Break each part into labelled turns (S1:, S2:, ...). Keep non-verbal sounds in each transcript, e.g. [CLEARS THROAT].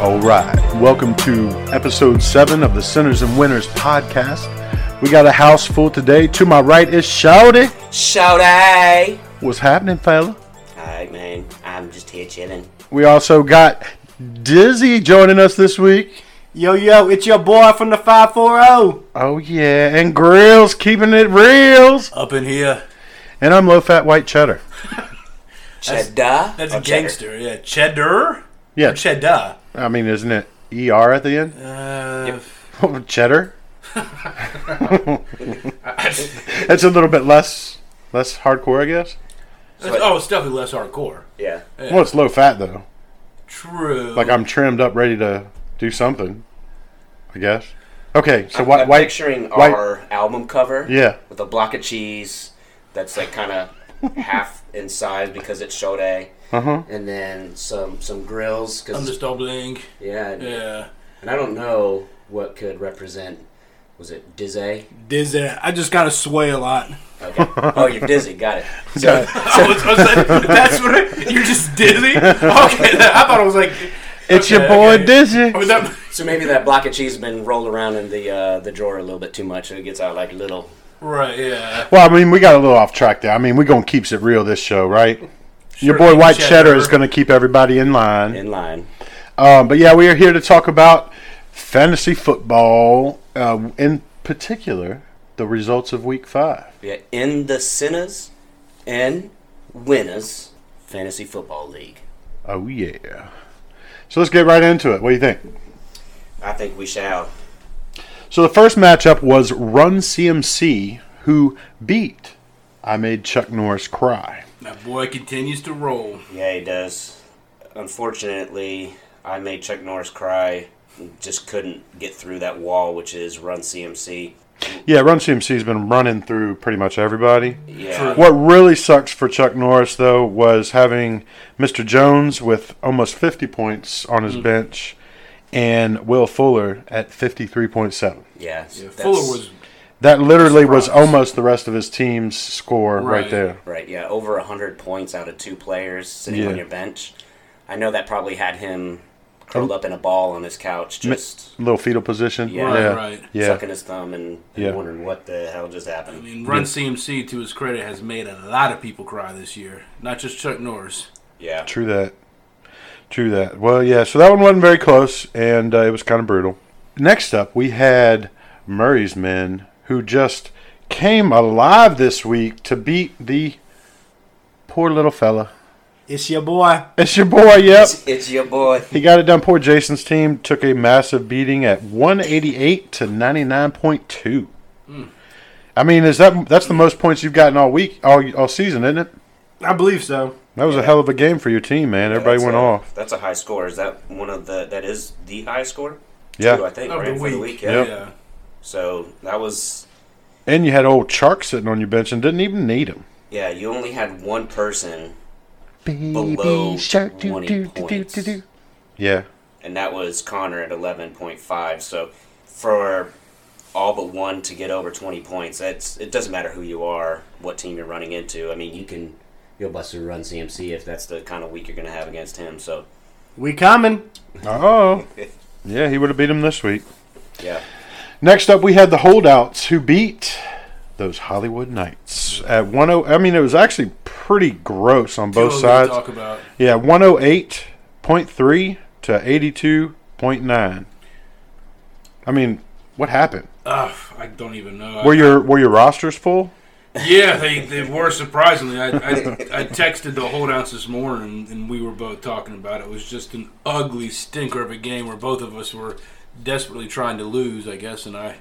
S1: All right. Welcome to episode seven of the Sinners and Winners podcast. We got a house full today. To my right is Shouty.
S2: Shout out!
S1: What's happening, fella?
S2: Alright, man. I'm just here chilling.
S1: We also got Dizzy joining us this week.
S3: Yo, yo, it's your boy from the 540.
S1: Oh, yeah. And Grills keeping it reals.
S3: Up in here.
S1: And I'm low fat white cheddar.
S2: Cheddar.
S3: That's
S2: or
S3: a
S2: cheddar?
S3: gangster. Yeah, cheddar.
S1: Yeah.
S3: Cheddar.
S1: I mean, isn't it ER at the end?
S3: Uh,
S1: [LAUGHS]
S3: [LAUGHS]
S1: cheddar? That's a little bit less less hardcore, I guess.
S4: That's, oh, it's definitely less hardcore.
S2: Yeah.
S1: Well, it's low fat, though.
S4: True.
S1: Like I'm trimmed up, ready to do something. I guess. Okay, so
S2: I'm,
S1: why?
S2: I'm
S1: why
S2: picturing
S1: why-
S2: our album cover.
S1: Yeah.
S2: With a block of cheese that's like kind
S1: [LAUGHS]
S2: of half in size because it's Shout
S1: Uh-huh.
S2: And then some some grills.
S4: I'm
S2: Cause,
S4: just doubling.
S2: yeah,
S4: Yeah.
S2: And I don't know what could represent. Was it
S1: [LAUGHS]
S2: dizzy?
S3: dizzy. I just gotta sway a lot.
S2: Okay. oh, you're dizzy. Got it.
S1: Got [LAUGHS]
S2: So,
S4: [LAUGHS] I was, I was like, that's what it, you're just dizzy. Okay, [LAUGHS] I thought I was like,
S1: It's your
S4: Okay,
S1: boy
S4: okay.
S1: Dizzy.
S4: I was that,
S2: so maybe that block of cheese has been rolled around in the uh, the drawer a little bit too much, and it gets out like little.
S4: right? Yeah.
S1: Well, I mean, we got a little off track there. I mean, we're gonna keep it real this show, right? Your
S4: Sure,
S1: boy
S4: keep
S1: White
S4: cheddar.
S1: Cheddar is gonna keep everybody in line.
S2: in line.
S1: Um, but yeah, we are here to talk about fantasy football, uh, in particular, the results of Week Five.
S2: Yeah, in the Sinners and Winners Fantasy Football League.
S1: Oh yeah. So let's get right into it. What do you think?
S2: I think we shall.
S1: So the first matchup was Run CMC, who beat I Made Chuck Norris Cry.
S4: That boy continues to roll.
S2: Yeah, he does. Unfortunately, I made Chuck Norris cry. Just couldn't get through that wall, which is run CMC.
S1: Yeah, Run CMC's been running through pretty much everybody.
S2: Yeah,
S1: What really sucks for Chuck Norris, though, was having Mr. Jones with almost 50 points on his bench and Will Fuller at 53.7.
S2: yeah.
S4: Yeah,
S2: that's-
S4: Fuller was
S1: That literally was
S4: Surprise.
S1: almost the rest of his team's score right,
S4: Right.
S1: there.
S2: right. Yeah, over hundred points out of two players sitting
S1: Yeah.
S2: on your bench. I know that probably had him curled up in a ball on his couch, just
S1: Little fetal position.
S2: Yeah.
S4: right,
S1: yeah.
S4: right.
S1: Yeah.
S2: sucking his thumb and, and
S1: Yeah.
S2: wondering what the hell just
S4: I
S2: happened.
S4: mean, Run CMC to his credit has made a lot of people cry this year, not just Chuck Norris.
S2: Yeah.
S1: True that. True that. Well, yeah, so that one wasn't very close, and uh, it was kind of brutal. Next up, we had Murray's men, who just came alive this week to beat the poor little fella.
S3: It's your boy.
S1: It's your boy, yep.
S2: It's, it's your boy.
S1: He got it done. Poor Jason's team took a massive beating at 188 to 99.2.
S2: Hmm.
S1: I mean, is that that's the most points you've gotten all week, all all season, isn't it?
S3: I believe so.
S1: That was a hell of a game for your team, man. Everybody
S2: That's
S1: went
S2: a,
S1: off.
S2: That's a high score. Is that one of the? That is the high score.
S1: Yeah.
S2: Two, I think
S4: Of
S2: right?
S4: the
S2: for the
S4: week.
S2: week. Yeah.
S1: Yep.
S4: Yeah.
S2: So that was.
S1: And you had old Chark sitting on your bench and didn't even need him.
S2: Yeah, you only had one person,
S1: Baby
S2: Below
S1: Shark, do
S2: 20
S1: do do do
S2: points.
S1: do do. Yeah,
S2: and that was Connor at eleven point five. So for all but one to get over twenty points, that's it. Doesn't matter who you are, what team you're running into. I mean, you can you'll bust a run CMC if that's the kind of week you're going to have against him. So
S3: We coming.
S1: oh, yeah, he would have beat him this week.
S2: yeah,
S1: Next up, we had the holdouts who beat those Hollywood Knights at 10. I mean, it was actually pretty gross on both
S4: Totally
S1: sides.
S4: Oh, Talk about.
S1: Yeah, 108.3 to 82.9. I mean, what happened?
S4: Ugh, I don't even know.
S1: Were your were your rosters full?
S4: Yeah, they, they were surprisingly. I, I, I texted the holdouts this morning, and we were both talking about it. It was just an ugly stinker of a game where both of us were desperately trying to lose, I guess, and I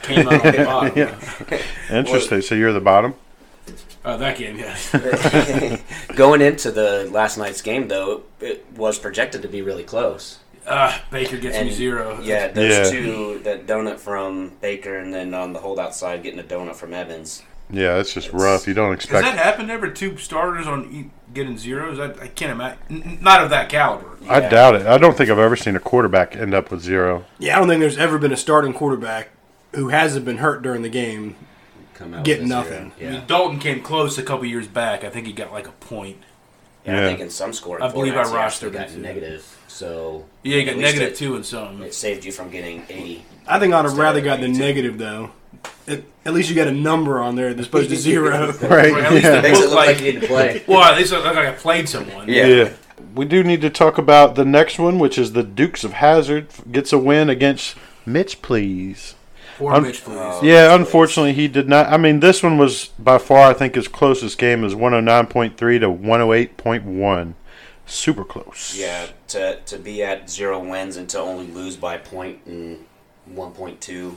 S4: came out on
S1: [LAUGHS]
S4: the bottom.
S1: Interesting. So you're the bottom.
S4: Uh, that game, yeah.
S2: [LAUGHS] going into the last night's game though, it was projected to be really close.
S4: Uh, Baker gets
S2: And-
S4: me zero.
S2: Yeah,
S1: Yeah.
S2: those two, that donut from Baker, and then on the holdout side, getting a donut from Evans.
S1: Yeah, it's just rough. You don't
S4: Has
S1: expect
S4: that happened ever? Two starters on e- getting zeros? I, I can't imagine. Not of that caliber.
S1: I
S2: Yeah.
S1: doubt it. I don't think I've ever seen a quarterback end up with zero.
S3: Yeah, I don't think there's ever been a starting quarterback who hasn't been hurt during the game.
S2: Come out
S3: Get
S2: with a
S3: nothing.
S2: zero.
S4: I mean, Dalton came close a couple years back. I think he got like a point.
S2: And
S1: Yeah.
S2: I think in some scoring,
S4: I believe
S2: formats, you
S4: I
S2: actually
S4: rostered
S2: got
S4: it, too.
S2: negative. So
S4: Yeah, you
S2: at
S4: got
S2: least
S4: negative
S2: it-
S4: two in some.
S2: It saved you from getting eighty.
S3: I think I'd have rather got the
S2: Me too.
S3: negative though. It, at least you got a number on there as [LAUGHS] opposed to zero.
S1: Right.
S4: Right, at least
S1: yeah.
S4: the-
S2: Makes it
S4: Look
S2: look like
S4: like-
S2: you didn't play.
S4: Well, at least I, like I played someone.
S1: [LAUGHS]
S2: Yeah.
S1: Yeah. We do need to talk about the next one, which is the Dukes of Hazard gets a win against Mitch, please.
S4: Poor
S1: I'm-
S4: Oh, Mitch, please.
S2: Oh,
S1: yeah, unfortunately, he did not. I mean, this one was by far, I think, his closest game is 109.3 to 108.1. Super close.
S2: Yeah, to to be at zero wins and to only lose by point and one point two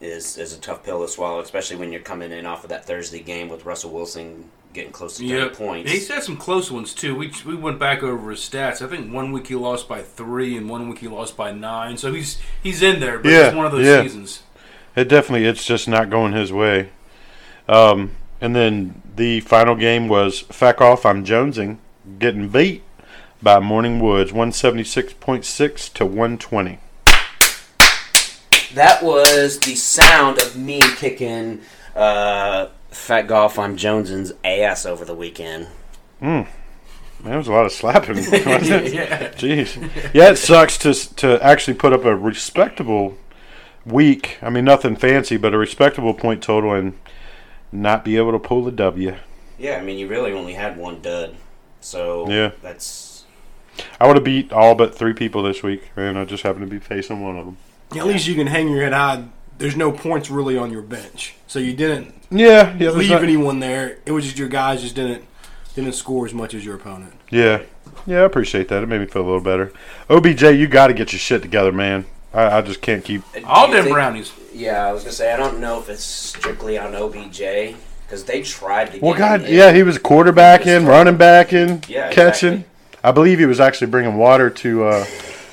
S2: is is a tough pill to swallow, especially when you're coming in off of that Thursday game with Russell Wilson getting close to thirty
S4: Yep.
S2: points.
S4: He's had some close ones too. We we went back over his stats. I think one week he lost by three, and one week he lost by nine. So he's he's in there, but
S1: Yeah,
S4: it's one of those
S1: yeah.
S4: seasons.
S1: It definitely, it's just not going his way. Um, and then the final game was Fack Off, I'm Jonesing, getting beat by Morning Woods, 176.6 to 120.
S2: That was the sound of me kicking uh, Fat Golf on Joneson's ass over the weekend.
S1: Man, That was a lot of slapping. [LAUGHS] wasn't it?
S4: yeah,
S1: Jeez. Yeah, it sucks to to actually put up a respectable week. I mean, nothing fancy, but a respectable point total and not be able to pull the W.
S2: Yeah, I mean, you really only had one dud. So
S1: Yeah.
S2: that's.
S1: I would have beat all but three people this week, and I just happened to be facing one of them.
S3: at least you can hang your head high. There's no points really on your bench, so you didn't
S1: Yeah, yeah,
S3: leave
S1: there's not-
S3: anyone there. It was just your guys just didn't didn't score as much as your opponent.
S1: yeah, yeah. I appreciate that. It made me feel a little better. OBJ, you got to get your shit together, man. I, I just can't keep.
S4: all
S2: uh, Do you
S4: them
S2: think-
S4: brownies.
S2: Yeah, I was gonna say I don't know if it's strictly on OBJ because they tried to.
S1: Well,
S2: get him
S1: God,
S2: in.
S1: yeah, he was quarterbacking, running backing,
S2: Yeah,
S1: catching.
S2: exactly.
S1: I believe he was actually bringing water to uh,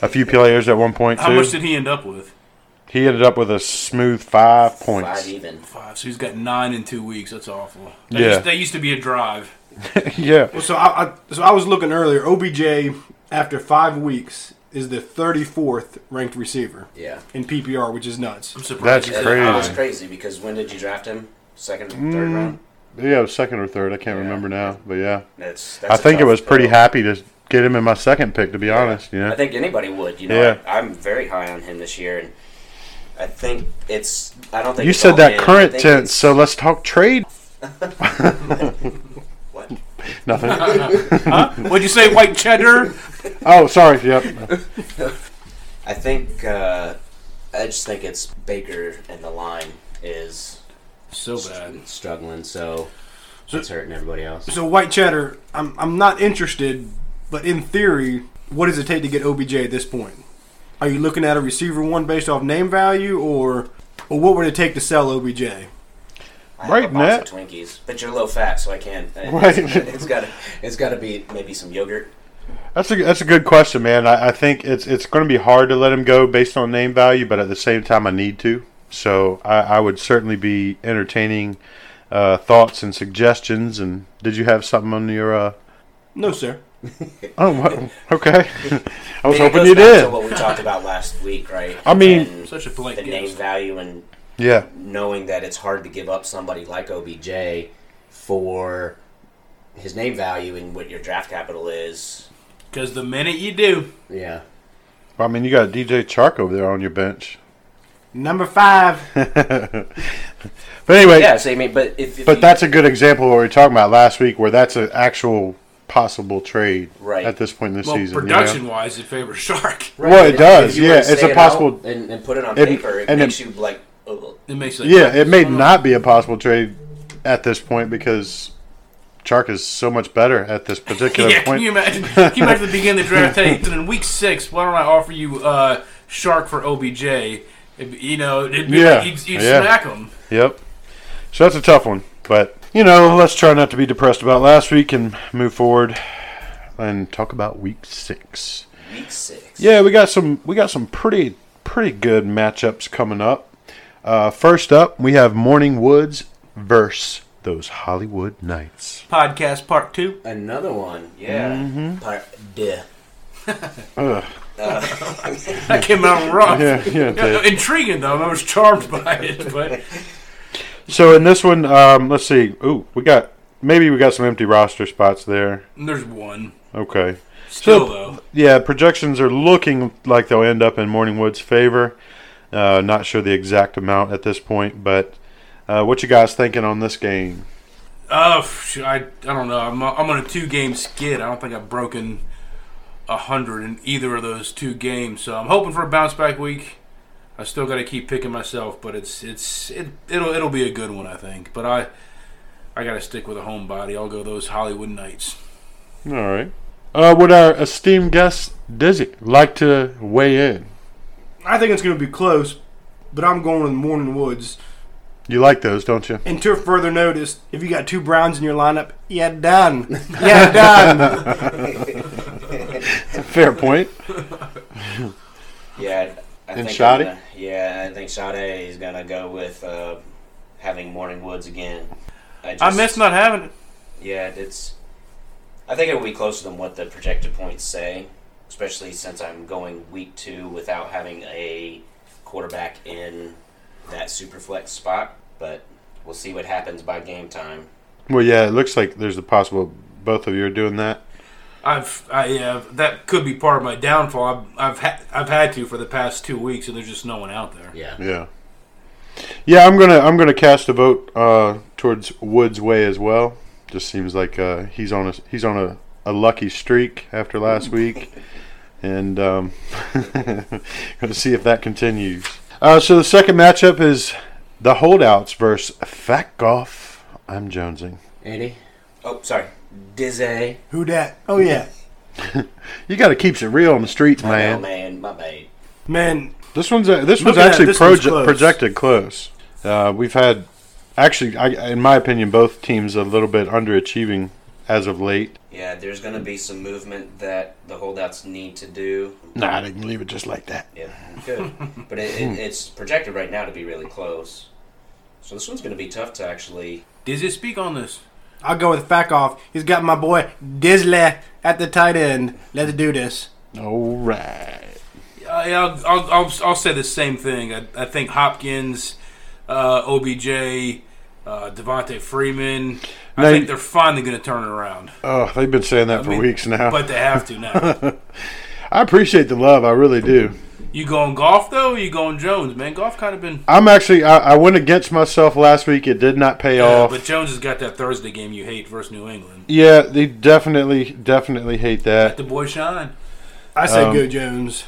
S1: a few players at one point
S4: How
S1: too.
S4: much did he end up with?
S1: He ended up with a smooth five points.
S2: Five even.
S4: Five. So he's got nine in two weeks. That's awful. That
S1: Yeah.
S4: used, that used to be a drive.
S1: [LAUGHS] yeah.
S3: Well, so I, I so I was looking earlier. OBJ after five weeks is the 34th ranked receiver
S2: Yeah.
S3: in PPR, which is nuts.
S4: I'm
S1: That's
S4: surprised. he
S2: That
S4: said-
S1: Crazy. Mm.
S2: was crazy because when did you draft him? Second, third round.
S1: Yeah, it was second or third. I can't remember now. But yeah.
S2: That's.
S1: I
S2: that's a
S1: think it
S2: tough
S1: was pretty
S2: pill.
S1: happy to get him in my second pick, to be honest. You know?
S2: I think anybody would. You know,
S1: Yeah.
S2: I, am very high on him this year, and I think it's. I don't think
S1: you
S2: it's all
S1: said that
S2: him. I
S1: current
S2: think
S1: tense,
S2: it's-
S1: so let's talk trade.
S2: [LAUGHS]
S1: [LAUGHS]
S2: What?
S1: Nothing.
S4: Huh? What'd you say, white cheddar?
S1: oh, sorry. Yep.
S2: I think. Uh, I just think it's Baker and the line is
S4: So bad.
S2: struggling, so it's hurting everybody else.
S3: So white cheddar, I'm I'm not interested, but in theory, what does it take to get OBJ at this point? Are you looking at a receiver one based off name value, or or what would it take to sell OBJ?
S2: I have a
S1: Right,
S2: box
S1: Nat.
S2: of Twinkies, but you're low fat, so I can't. It's,
S1: Right.
S2: [LAUGHS] it's got to. It's got to be maybe some yogurt.
S1: That's a that's a good question, man. I, I think it's it's going to be hard to let him go based on name value, but at the same time, I need to. So I, I would certainly be entertaining uh, thoughts and suggestions. And did you have something on your? Uh,
S3: No, sir.
S1: oh, wha- [LAUGHS] okay. I was
S2: mean,
S1: hoping
S2: it goes
S1: you
S2: back
S1: did.
S2: To what we talked about last week, right?
S1: I mean-
S2: And
S4: Such a
S2: the
S4: polite
S2: name
S4: guest.
S2: value and
S1: Yeah,
S2: knowing that it's hard to give up somebody like OBJ for his name value and what your draft capital is.
S4: Because the minute you do,
S2: Yeah.
S1: I mean, you got DJ Chark over there on your bench.
S3: Number five.
S1: But anyway,
S2: Yeah, so I mean, but if, if
S1: but
S2: you-
S1: that's a good example of what we were talking about last week, where that's an actual possible trade
S2: Right.
S1: at this point in the
S4: well,
S1: season. you know?
S4: production-wise, it favors Shark. [LAUGHS]
S1: well, it
S2: if-
S1: does,
S2: if you were
S1: yeah,
S2: to
S1: it's
S2: say
S1: a
S2: it
S1: possible-
S2: out and, and put it on
S1: it-
S2: paper. It
S1: and
S2: makes
S1: it-
S2: you like, oh,
S4: It makes like
S1: Yeah, it may not be a possible trade at this point because Chark is so much better at this particular
S4: [LAUGHS] Yeah, can
S1: point.
S4: you imagine? Can you imagine the beginning of the draft? Hey, in week six, why don't I offer you uh, Shark for OBJ? It'd be- you know, it'd be
S1: Yeah,
S4: like you'd, you'd
S1: yeah.
S4: smack him.
S1: Yep. So that's a tough one, but you know, let's try not to be depressed about last week and move forward and talk about week six.
S2: week six.
S1: Yeah, we got some we got some pretty pretty good matchups coming up. Uh, first up, we have Morning Woods versus those Hollywood Knights.
S4: Podcast part two. [LAUGHS]
S2: Another one. Yeah.
S1: Mm-hmm.
S2: Par- duh.
S4: That came out rough.
S1: Yeah,
S4: [LAUGHS]
S1: yeah.
S4: Yeah,
S1: Dave.
S4: Intriguing though, and I was charmed by it. But
S1: So in this one, um, let's see. Ooh, we got maybe we got some empty roster spots there.
S4: And there's one.
S1: Okay.
S4: Still,
S1: So-
S4: though.
S1: Yeah, projections are looking like they'll end up in Morningwood's favor. Uh, not sure the exact amount at this point, but uh, what you guys thinking on this game?
S4: Uh, phew, I, I don't know. I'm, I'm on a two game skid. I don't think I've broken a 100 in either of those two games. So I'm hoping for a bounce back week. I still got to keep picking myself, but it's it's it, it'll it'll be a good one, I think. But I I got to stick with a homebody. I'll go those Hollywood Knights.
S1: All right. Uh, would our esteemed guest Dizzy like to weigh in?
S3: I think it's going to be close, but I'm going with Morning Woods.
S1: You like those, don't you?
S3: And to further notice, if you got two Browns in your lineup, yeah, [LAUGHS] done. Yeah, done.
S1: Fair point.
S2: Yeah. I, I
S1: And
S2: think
S1: Sade?
S2: I'm gonna- yeah, I think Sade is gonna go with uh, having Morning Woods again.
S4: I
S2: just-
S4: miss not having it.
S2: Yeah, it's. I think it will be closer than what the projected points say, especially since I'm going week two without having a quarterback in that super flex spot. But we'll see what happens by game time.
S1: Well, yeah, it looks like there's a possible both of you are doing that.
S4: I've I yeah that could be part of my downfall. I've I've, ha- I've had to for the past two weeks, and there's just no one out there.
S2: Yeah.
S1: Yeah. Yeah, I'm gonna I'm gonna cast a vote uh, towards Woods Way as well. Just seems like uh, he's on a he's on a, a lucky streak after last week, and um, [LAUGHS] gonna see if that continues. Uh, so the second matchup is the holdouts versus Fat Golf. I'm jonesing.
S2: Andy. Oh, sorry, Dizzy.
S3: Who dat? Oh, yeah.
S1: You got to keep it real on the streets,
S2: Oh
S1: man.
S2: man, my bad.
S3: Man,
S1: This one's a, this one's
S3: Looking at it,
S1: actually
S3: this one's
S1: proje-
S3: close.
S1: projected close. Uh, we've had actually, I, in my opinion, both teams a little bit underachieving as of late.
S2: Yeah, there's gonna be some movement that the holdouts need to do.
S1: Nah, they can leave it just like that.
S2: Yeah, [LAUGHS] good. but it, it, it's projected right now to be really close. So this one's gonna be tough to actually
S4: Does it speak on this?
S3: I'll go with Fakoff. He's got my boy Disley at the tight end. Let's do this.
S1: All right.
S4: Uh, yeah, I'll, I'll, I'll, I'll say the same thing. I, I think Hopkins, uh, OBJ, uh, Devontae Freeman. I
S1: Now
S4: think
S1: you-
S4: they're finally going to turn it
S1: [LAUGHS]
S4: around.
S1: Oh, they've been saying that
S4: I
S1: for
S4: mean,
S1: weeks now.
S4: But they have to now.
S1: I appreciate the love. I really do.
S4: you going golf though? Or you going Jones? Man, golf kind of been.
S1: I'm actually. I, I went against myself last week. It did not pay
S4: Yeah,
S1: off.
S4: uh, but Jones has got that Thursday game you hate versus New England.
S1: yeah, they definitely, definitely hate that.
S4: The boy shine.
S3: I say
S1: Um,
S3: go Jones.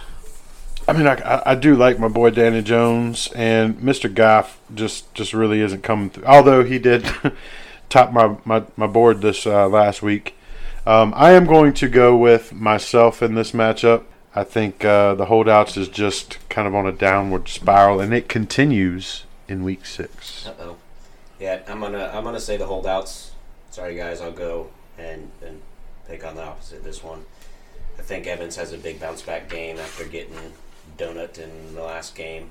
S1: I mean, I, I- I do like my boy Danny Jones, and Mr. Goff just just really isn't coming through. Although he did [LAUGHS] top my, my, my board this uh, last week. Um, I am going to go with myself in this matchup. I think uh, the holdouts is just kind of on a downward spiral, and it continues in week six.
S2: Uh oh. Yeah, I'm gonna I'm gonna say the holdouts. Sorry guys, I'll go and and pick on the opposite this one. I think Evans has a big bounce back game after getting donut in the last game.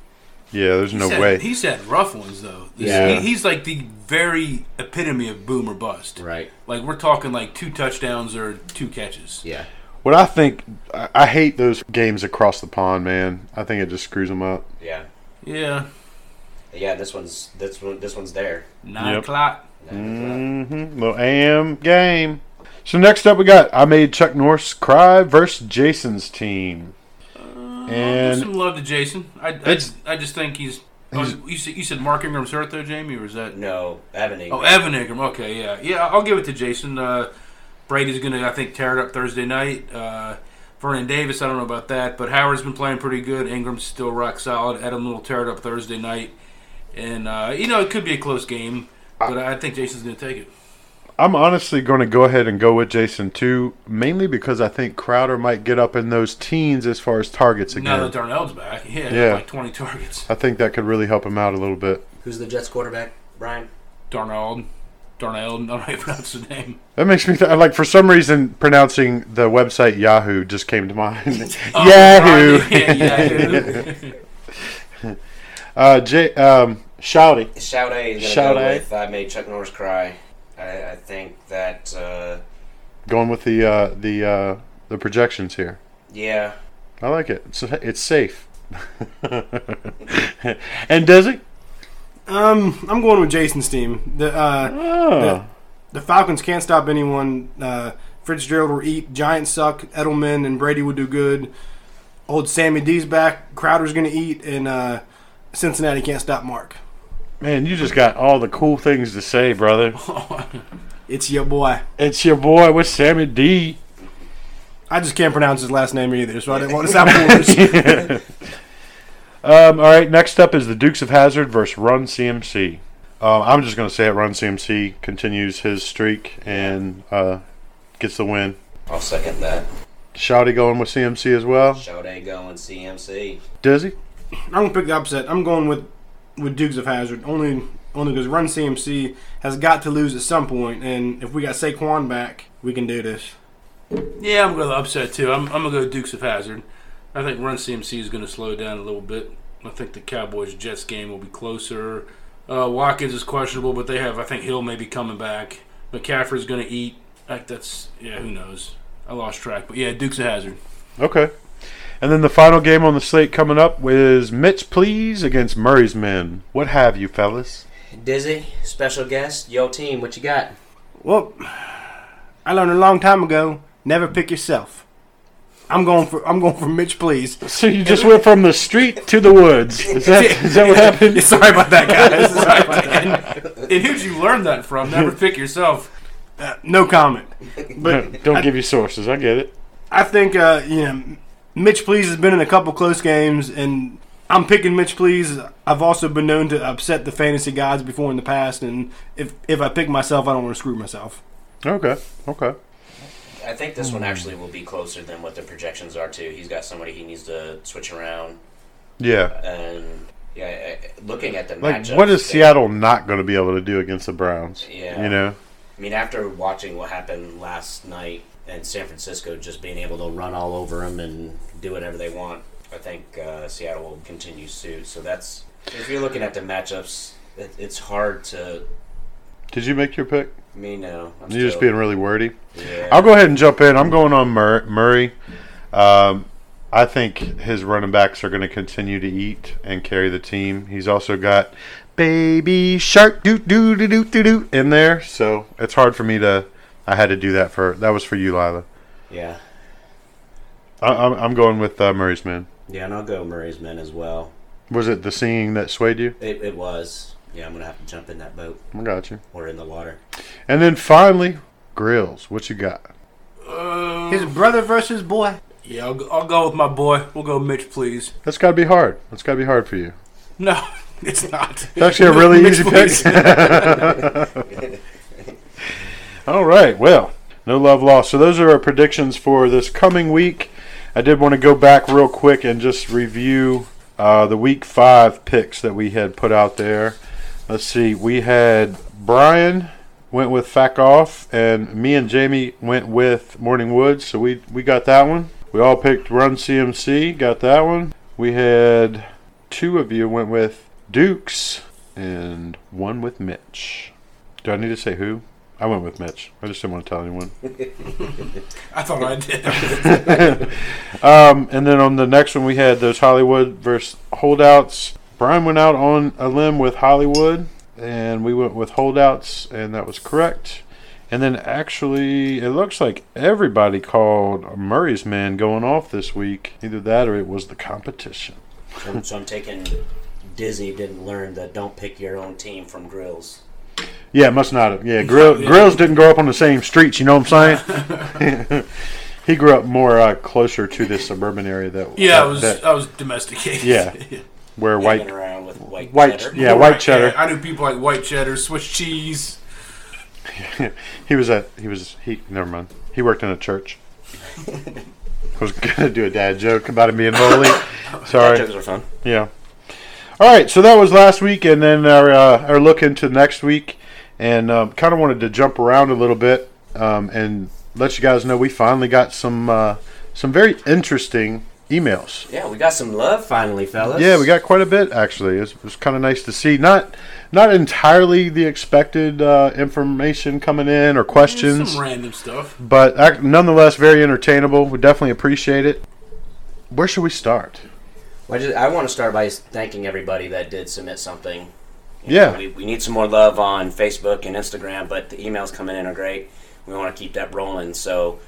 S1: Yeah, there's no
S4: He's had-
S1: way.
S4: He's had rough ones though. This-
S1: Yeah.
S4: he- he's like the very epitome of boom or bust.
S2: Right.
S4: Like we're talking like two touchdowns or two catches.
S2: Yeah.
S1: What I think, I, I hate those games across the pond, man. I think it just screws them up.
S2: Yeah.
S4: Yeah.
S2: Yeah. This one's this one this one's there.
S4: Nine
S1: Yep.
S4: o'clock.
S2: Mm.
S1: Mm-hmm. Little AM game. So next up, we got I made Chuck Norris cry versus Jason's team,
S4: Give
S1: and
S4: some love to Jason. I, I,
S1: It's-
S4: I just think he's. oh, you, said, you said Mark Ingram's hurt though, Jamie, or is that?
S2: No, Evan.
S4: Oh, Evan Ingram. Okay, yeah, yeah. I'll give it to Jason. Uh, Brady's going to, I think, tear it up Thursday night. Uh, Vernon Davis, I don't know about that, but Howard's been playing pretty good. Ingram's still rock solid. Adam will tear it up Thursday night, and uh, you know it could be a close game, but I think Jason's going to take it.
S1: I'm honestly going to go ahead and go with Jason too, mainly because I think Crowder might get up in those teens as far as targets again.
S4: Now that Darnell's back, yeah,
S1: Yeah.
S4: like twenty targets.
S1: I think that could really help him out a little bit.
S2: Who's the Jets quarterback? Brian.
S4: Darnell, Darnell. I don't know how you pronounce the name.
S1: That makes me th- like for some reason pronouncing the website Yahoo just came to mind.
S4: [LAUGHS]
S1: [LAUGHS]
S4: Oh,
S1: Yahoo.
S4: Brian- [LAUGHS] yeah, Yahoo.
S1: [LAUGHS]
S4: [LAUGHS]
S1: Uh, J- um, Shouty.
S2: Shout A is gonna
S1: Shout
S2: go
S1: A.
S2: with I made Chuck Norris cry. I, I think that. Uh,
S1: going with the uh, the uh, the projections here.
S2: yeah.
S1: I like it. It's, it's safe. [LAUGHS] and does it?
S3: Um, I'm going with Jason's team. The uh,
S1: Oh.
S3: The Falcons can't stop anyone. Uh, Fitzgerald will eat. Giants suck. Edelman and Brady will do good. Old Sammy D's back. Crowder's going to eat. And uh, Cincinnati can't stop Mark.
S1: Man, you just got all the cool things to say, brother.
S3: It's your boy.
S1: It's your boy with Sammy D. [LAUGHS]
S3: I just can't pronounce his last name either, so I didn't want to
S1: [LAUGHS]
S3: sound foolish.
S1: Um, all right, next up is the Dukes of Hazard versus Run CMC. Um, I'm just going to say it. Run CMC continues his streak and uh, gets the win.
S2: I'll second that.
S1: Shouty going with CMC as well.
S2: Shout ain't going CMC.
S1: Does he?
S3: I'm going to pick the upset. I'm going with, with Dukes of Hazard only only because Run CMC has got to lose at some point, and if we got Saquon back, we can do this.
S4: Yeah, I'm going to upset too. I'm, I'm going to go Dukes of Hazard. I think Run CMC is going to slow down a little bit. I think the Cowboys Jets game will be closer. Uh, Watkins is questionable, but they have I think Hill may be coming back. McCaffrey's going to eat. Like that's yeah, who knows? I lost track, but yeah, Dukes of Hazard. [LAUGHS]
S1: Okay. And then the final game on the slate coming up is Mitch Please against Murray's Men. What have you, fellas?
S2: Dizzy, special guest, yo team, what you got?
S3: Well, I learned a long time ago: never pick yourself. I'm going for I'm going for Mitch, please.
S1: So you just went from the street to the woods. Is that, is that what happened?
S3: Sorry about
S1: [LAUGHS]
S3: that, guys. Sorry about that.
S4: and who'd you learn that from? Never pick yourself.
S3: Uh, no comment. But [LAUGHS]
S1: Don't give you sources. I get it.
S3: I think uh, you know Mitch Please has been in a couple close games, and I'm picking Mitch Please. I've also been known to upset the fantasy gods before in the past, and if if I pick myself, I don't want to screw myself.
S1: Okay. Okay.
S2: I think this
S1: Hmm.
S2: one actually will be closer than what the projections are too. He's got somebody he needs to switch around,
S1: Yeah.
S2: and yeah, I- I- looking at the
S1: Like,
S2: matchups,
S1: what is
S2: they-
S1: Seattle not going to be able to do against the Browns?
S2: Yeah.
S1: You know?
S2: I mean, after watching what happened last night and San Francisco just being able to run all over them and do whatever they want, I think uh, Seattle will continue suit. So that's if you're looking at the matchups, it, it's hard to.
S1: Did you make your pick?
S2: I mean, no, I'm
S1: You're just
S2: still-
S1: being really wordy.
S2: Yeah.
S1: I'll go ahead and jump in. I'm going on Mur- Murray. Um, I think his running backs are going to continue to eat and carry the team. He's also got baby shark doo doo doo doo doo doo in there, so it's hard for me to. I had to do that for that was for you, Lila.
S2: yeah.
S1: I, I'm, I'm going with uh, Murray's man.
S2: Yeah, and I'll go Murray's men as well.
S1: Was it the singing that swayed you?
S2: It, it was. Yeah, I'm gonna have to jump in that boat
S1: I got you.
S2: or in the water.
S1: And then finally, Grills. What you got?
S4: Uh,
S3: His brother versus boy.
S4: yeah, I'll, go- I'll go with my boy. We'll go Mitch, please.
S1: That's got to be hard. That's got to be hard for you.
S4: No, [LAUGHS] it's not.
S1: It's actually a [LAUGHS] really
S4: Mitch
S1: easy
S4: Please.
S1: pick. [LAUGHS] All right. Well, no love lost. So those are our predictions for this coming week. I did want to go back real quick and just review uh, the week five picks that we had put out there. Let's see. We had Brian went with Fack Off, and me and Jamie went with Morning Woods. So we we got that one. We all picked Run CMC. Got that one. We had two of you went with Dukes and one with Mitch. Do I need to say who? I went with Mitch. I just didn't want to tell anyone.
S4: I thought I did.
S1: um, and then on the next one, we had those Hollywood versus holdouts. Brian went out on a limb with Hollywood, and we went with holdouts, and that was correct. And then actually, it looks like everybody called Murray's man going off this week. Either that or it was the competition.
S2: So, so I'm taking. Dizzy didn't learn that don't pick your own team from grills.
S1: Yeah, must not have. Yeah, grill, Grills didn't grow up on the same streets. You know what I'm saying? he grew up more uh, closer to this suburban area that
S4: Yeah, I
S1: that-
S4: was
S1: that-
S4: I was domesticated. [LAUGHS]
S1: Yeah. where
S2: Hanging
S1: white
S2: around with white.
S1: white
S2: cheddar.
S1: yeah white cheddar.
S4: I knew people like white cheddar, Swiss cheese.
S1: [LAUGHS] He was a he was he never mind. He worked in a church. I was gonna do a dad joke about him being holy. Sorry.
S2: Jokes are fun.
S1: Yeah. All right. So that was last week, and then our uh, our look into next week, and um, kind of wanted to jump around a little bit um, and let you guys know we finally got some uh, some very interesting emails
S2: Yeah, we got some love finally, fellas.
S1: yeah, we got quite a bit actually. It was, kind of nice to see. Not not entirely the expected uh, information coming in or questions,
S4: Some random stuff.
S1: but ac- nonetheless very entertainable. We definitely appreciate it. Where should we start?
S2: Well, I, just, I want to start by thanking everybody that did submit something. You
S1: Yeah.
S2: We, we need some more love on Facebook and Instagram, but the emails coming in are great. We want to keep that rolling. So,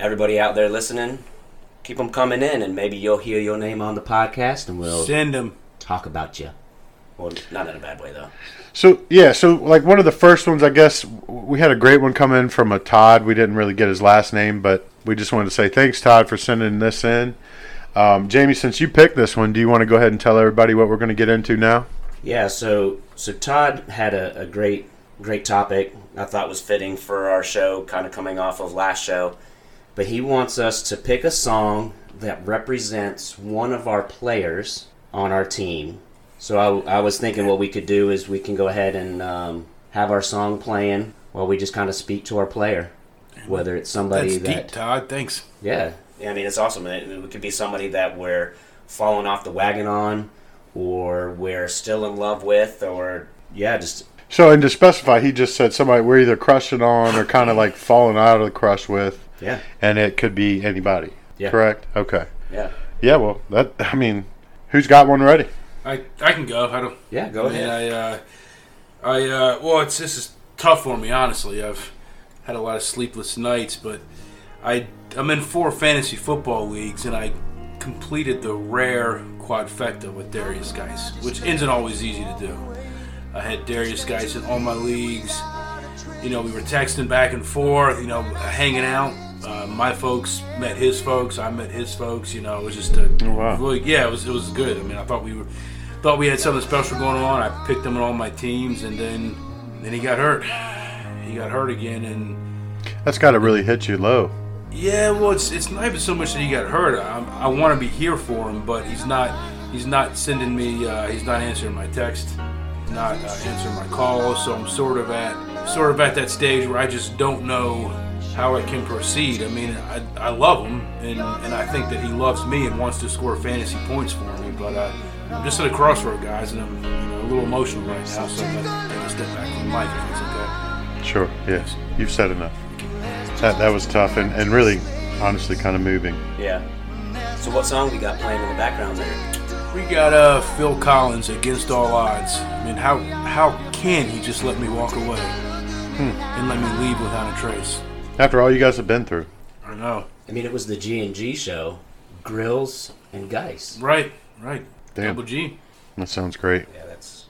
S2: everybody out there listening, keep them coming in, and maybe you'll hear your name on the podcast, and we'll
S4: Send them.
S2: talk about you. Well, not in a bad way, though.
S1: So yeah, so like one of the first ones, I guess w- we had a great one come in from a Todd. We didn't really get his last name, but we just wanted to say thanks, Todd, for sending this in. Um, Jamie, since you picked this one, do you want to go ahead and tell everybody what we're going to get into now?
S2: Yeah, so so Todd had a, a great great topic I thought was fitting for our show, kind of coming off of last show. But he wants us to pick a song that represents one of our players on our team. So I, I was thinking what we could do is we can go ahead and um, have our song playing while we just kind of speak to our player, whether it's somebody
S4: That's
S2: that
S4: deep, Todd. Thanks.
S2: yeah. Yeah, I mean, it's awesome. It, it could be somebody that we're falling off the wagon on, or we're still in love with, or yeah, just
S1: So, and to specify, he just said somebody we're either crushing on or kind of like falling out of the crush with,
S2: yeah,
S1: and it could be anybody.
S2: Yeah.
S1: Correct. Okay.
S2: yeah,
S1: Yeah. Well, that I mean, who's got one ready?
S4: I I can go. I don't.
S2: yeah. Go
S4: I mean,
S2: ahead.
S4: I, uh, I, uh, well, it's this is tough for me, honestly. I've had a lot of sleepless nights, but I, I'm in four fantasy football leagues, and I completed the rare quadfecta with Darius Geis, which isn't always easy to do. I had Darius Geis in all my leagues. You know, we were texting back and forth, you know, hanging out. Uh, my folks met his folks. I met his folks. You know, it was just a
S1: wow.
S4: really yeah. It was it was good. I mean, I thought we were thought we had something special going on. I picked him in all my teams, and then then he got hurt. He got hurt again, and
S1: That's got to really hit you low.
S4: yeah, well, it's it's not even so much that he got hurt. I, I want to be here for him, but he's not. He's not sending me. Uh, he's not answering my text. Not uh, answering my calls. So I'm sort of at sort of at that stage where I just don't know how I can proceed. I mean, I, I love him, and, and I think that he loves me and wants to score fantasy points for me. But uh, I'm just at a crossroad, guys, and I'm you know, a little emotional right now. So I'm gonna take a step back from life. If that's okay.
S1: Sure. Yes. You've said enough. That that was tough and, and really, honestly, kind of moving.
S2: yeah. So what song we got playing in the background there?
S4: We got uh, Phil Collins against all odds. I mean, how how can he just let me walk away and let me leave without a trace?
S1: After all you guys have been through.
S4: I don't know.
S2: I mean, it was the G and G show, Grills and Geis.
S4: Right, right.
S1: Damn.
S4: Double G.
S1: That sounds great.
S2: Yeah, that's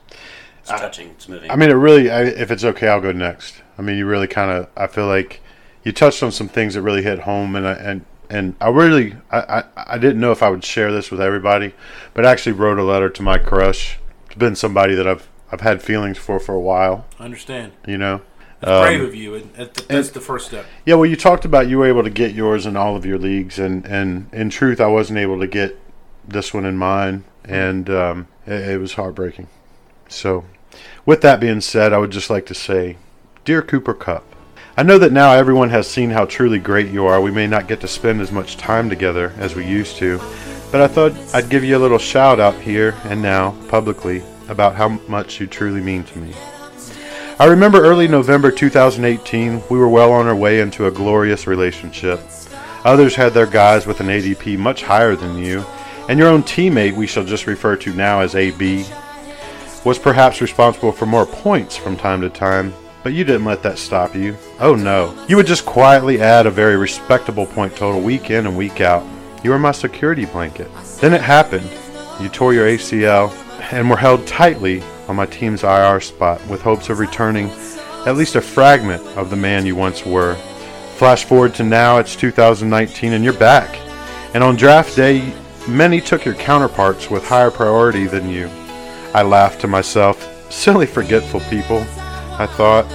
S2: it's touching. It's moving.
S1: I mean, it really. I, if it's okay, I'll go next. I mean, you really kind of. I feel like you touched on some things that really hit home, and I, and and I really. I, I I didn't know if I would share this with everybody, but I actually wrote a letter to my crush. It's been somebody that I've I've had feelings for for a while.
S4: I understand.
S1: You know.
S4: That's brave of you. and that- that- That's the first step.
S1: Yeah, well, you talked about you were able to get yours in all of your leagues, and, and in truth, I wasn't able to get this one in mine, and um, it, it was heartbreaking. So, with that being said, I would just like to say, Dear Cooper Cup, I know that now everyone has seen how truly great you are. We may not get to spend as much time together as we used to, but I thought I'd give you a little shout out here and now, publicly, about how much you truly mean to me. I remember early November 2018, we were well on our way into a glorious relationship. Others had their guys with an ADP much higher than you, and your own teammate, we shall just refer to now as AB, was perhaps responsible for more points from time to time, but you didn't let that stop you. Oh no. You would just quietly add a very respectable point total week in and week out. You were my security blanket. Then it happened. You tore your ACL and were held tightly on my team's IR spot with hopes of returning at least a fragment of the man you once were. Flash forward to now, it's 2019 and you're back. And on draft day, many took your counterparts with higher priority than you. I laughed to myself. Silly, forgetful people, I thought.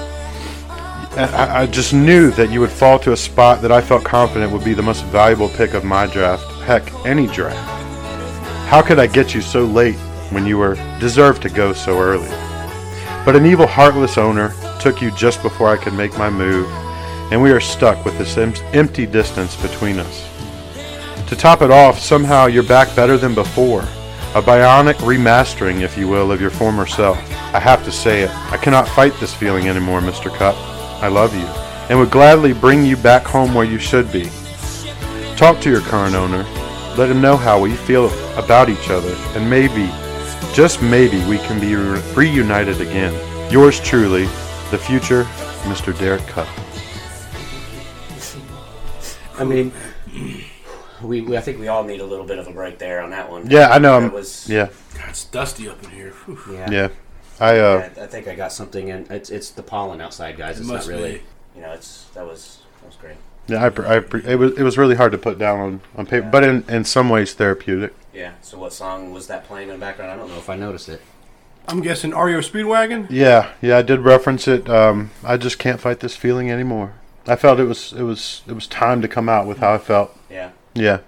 S1: I, I just knew that you would fall to a spot that I felt confident would be the most valuable pick of my draft. Heck, any draft. How could I get you so late when you were deserved to go so early? But an evil, heartless owner took you just before I could make my move, and we are stuck with this em- empty distance between us. To top it off, somehow you're back better than before. A bionic remastering, if you will, of your former self. I have to say it. I cannot fight this feeling anymore, Mr. Cup. I love you, and would gladly bring you back home where you should be. Talk to your current owner. Let him know how we feel about each other, and maybe, just maybe we can be re- reunited again. Yours truly, the future, Mr. Derek Cup.
S2: I mean, we, we I think we all need a little bit of a break there on that one.
S1: Yeah, I know.
S2: That
S1: I'm,
S2: was-
S1: yeah,
S4: God, it's dusty up in here. Whew.
S2: Yeah.
S1: yeah. I uh,
S2: I, I think I got something, and it's it's the pollen outside, guys.
S4: It
S2: It's not
S4: must
S2: really.
S4: be.
S2: You know, it's that was that was great.
S1: Yeah, I, pr- I pr- it was it was really hard to put down on, on paper, but in, in some ways therapeutic.
S2: Yeah. So what song was that playing in the background? I don't know if I noticed it.
S3: I'm guessing REO Speedwagon.
S1: Yeah, yeah, I did reference it. Um, I just can't fight this feeling anymore. I felt it was it was it was time to come out with how I felt.
S2: Yeah.
S1: Yeah,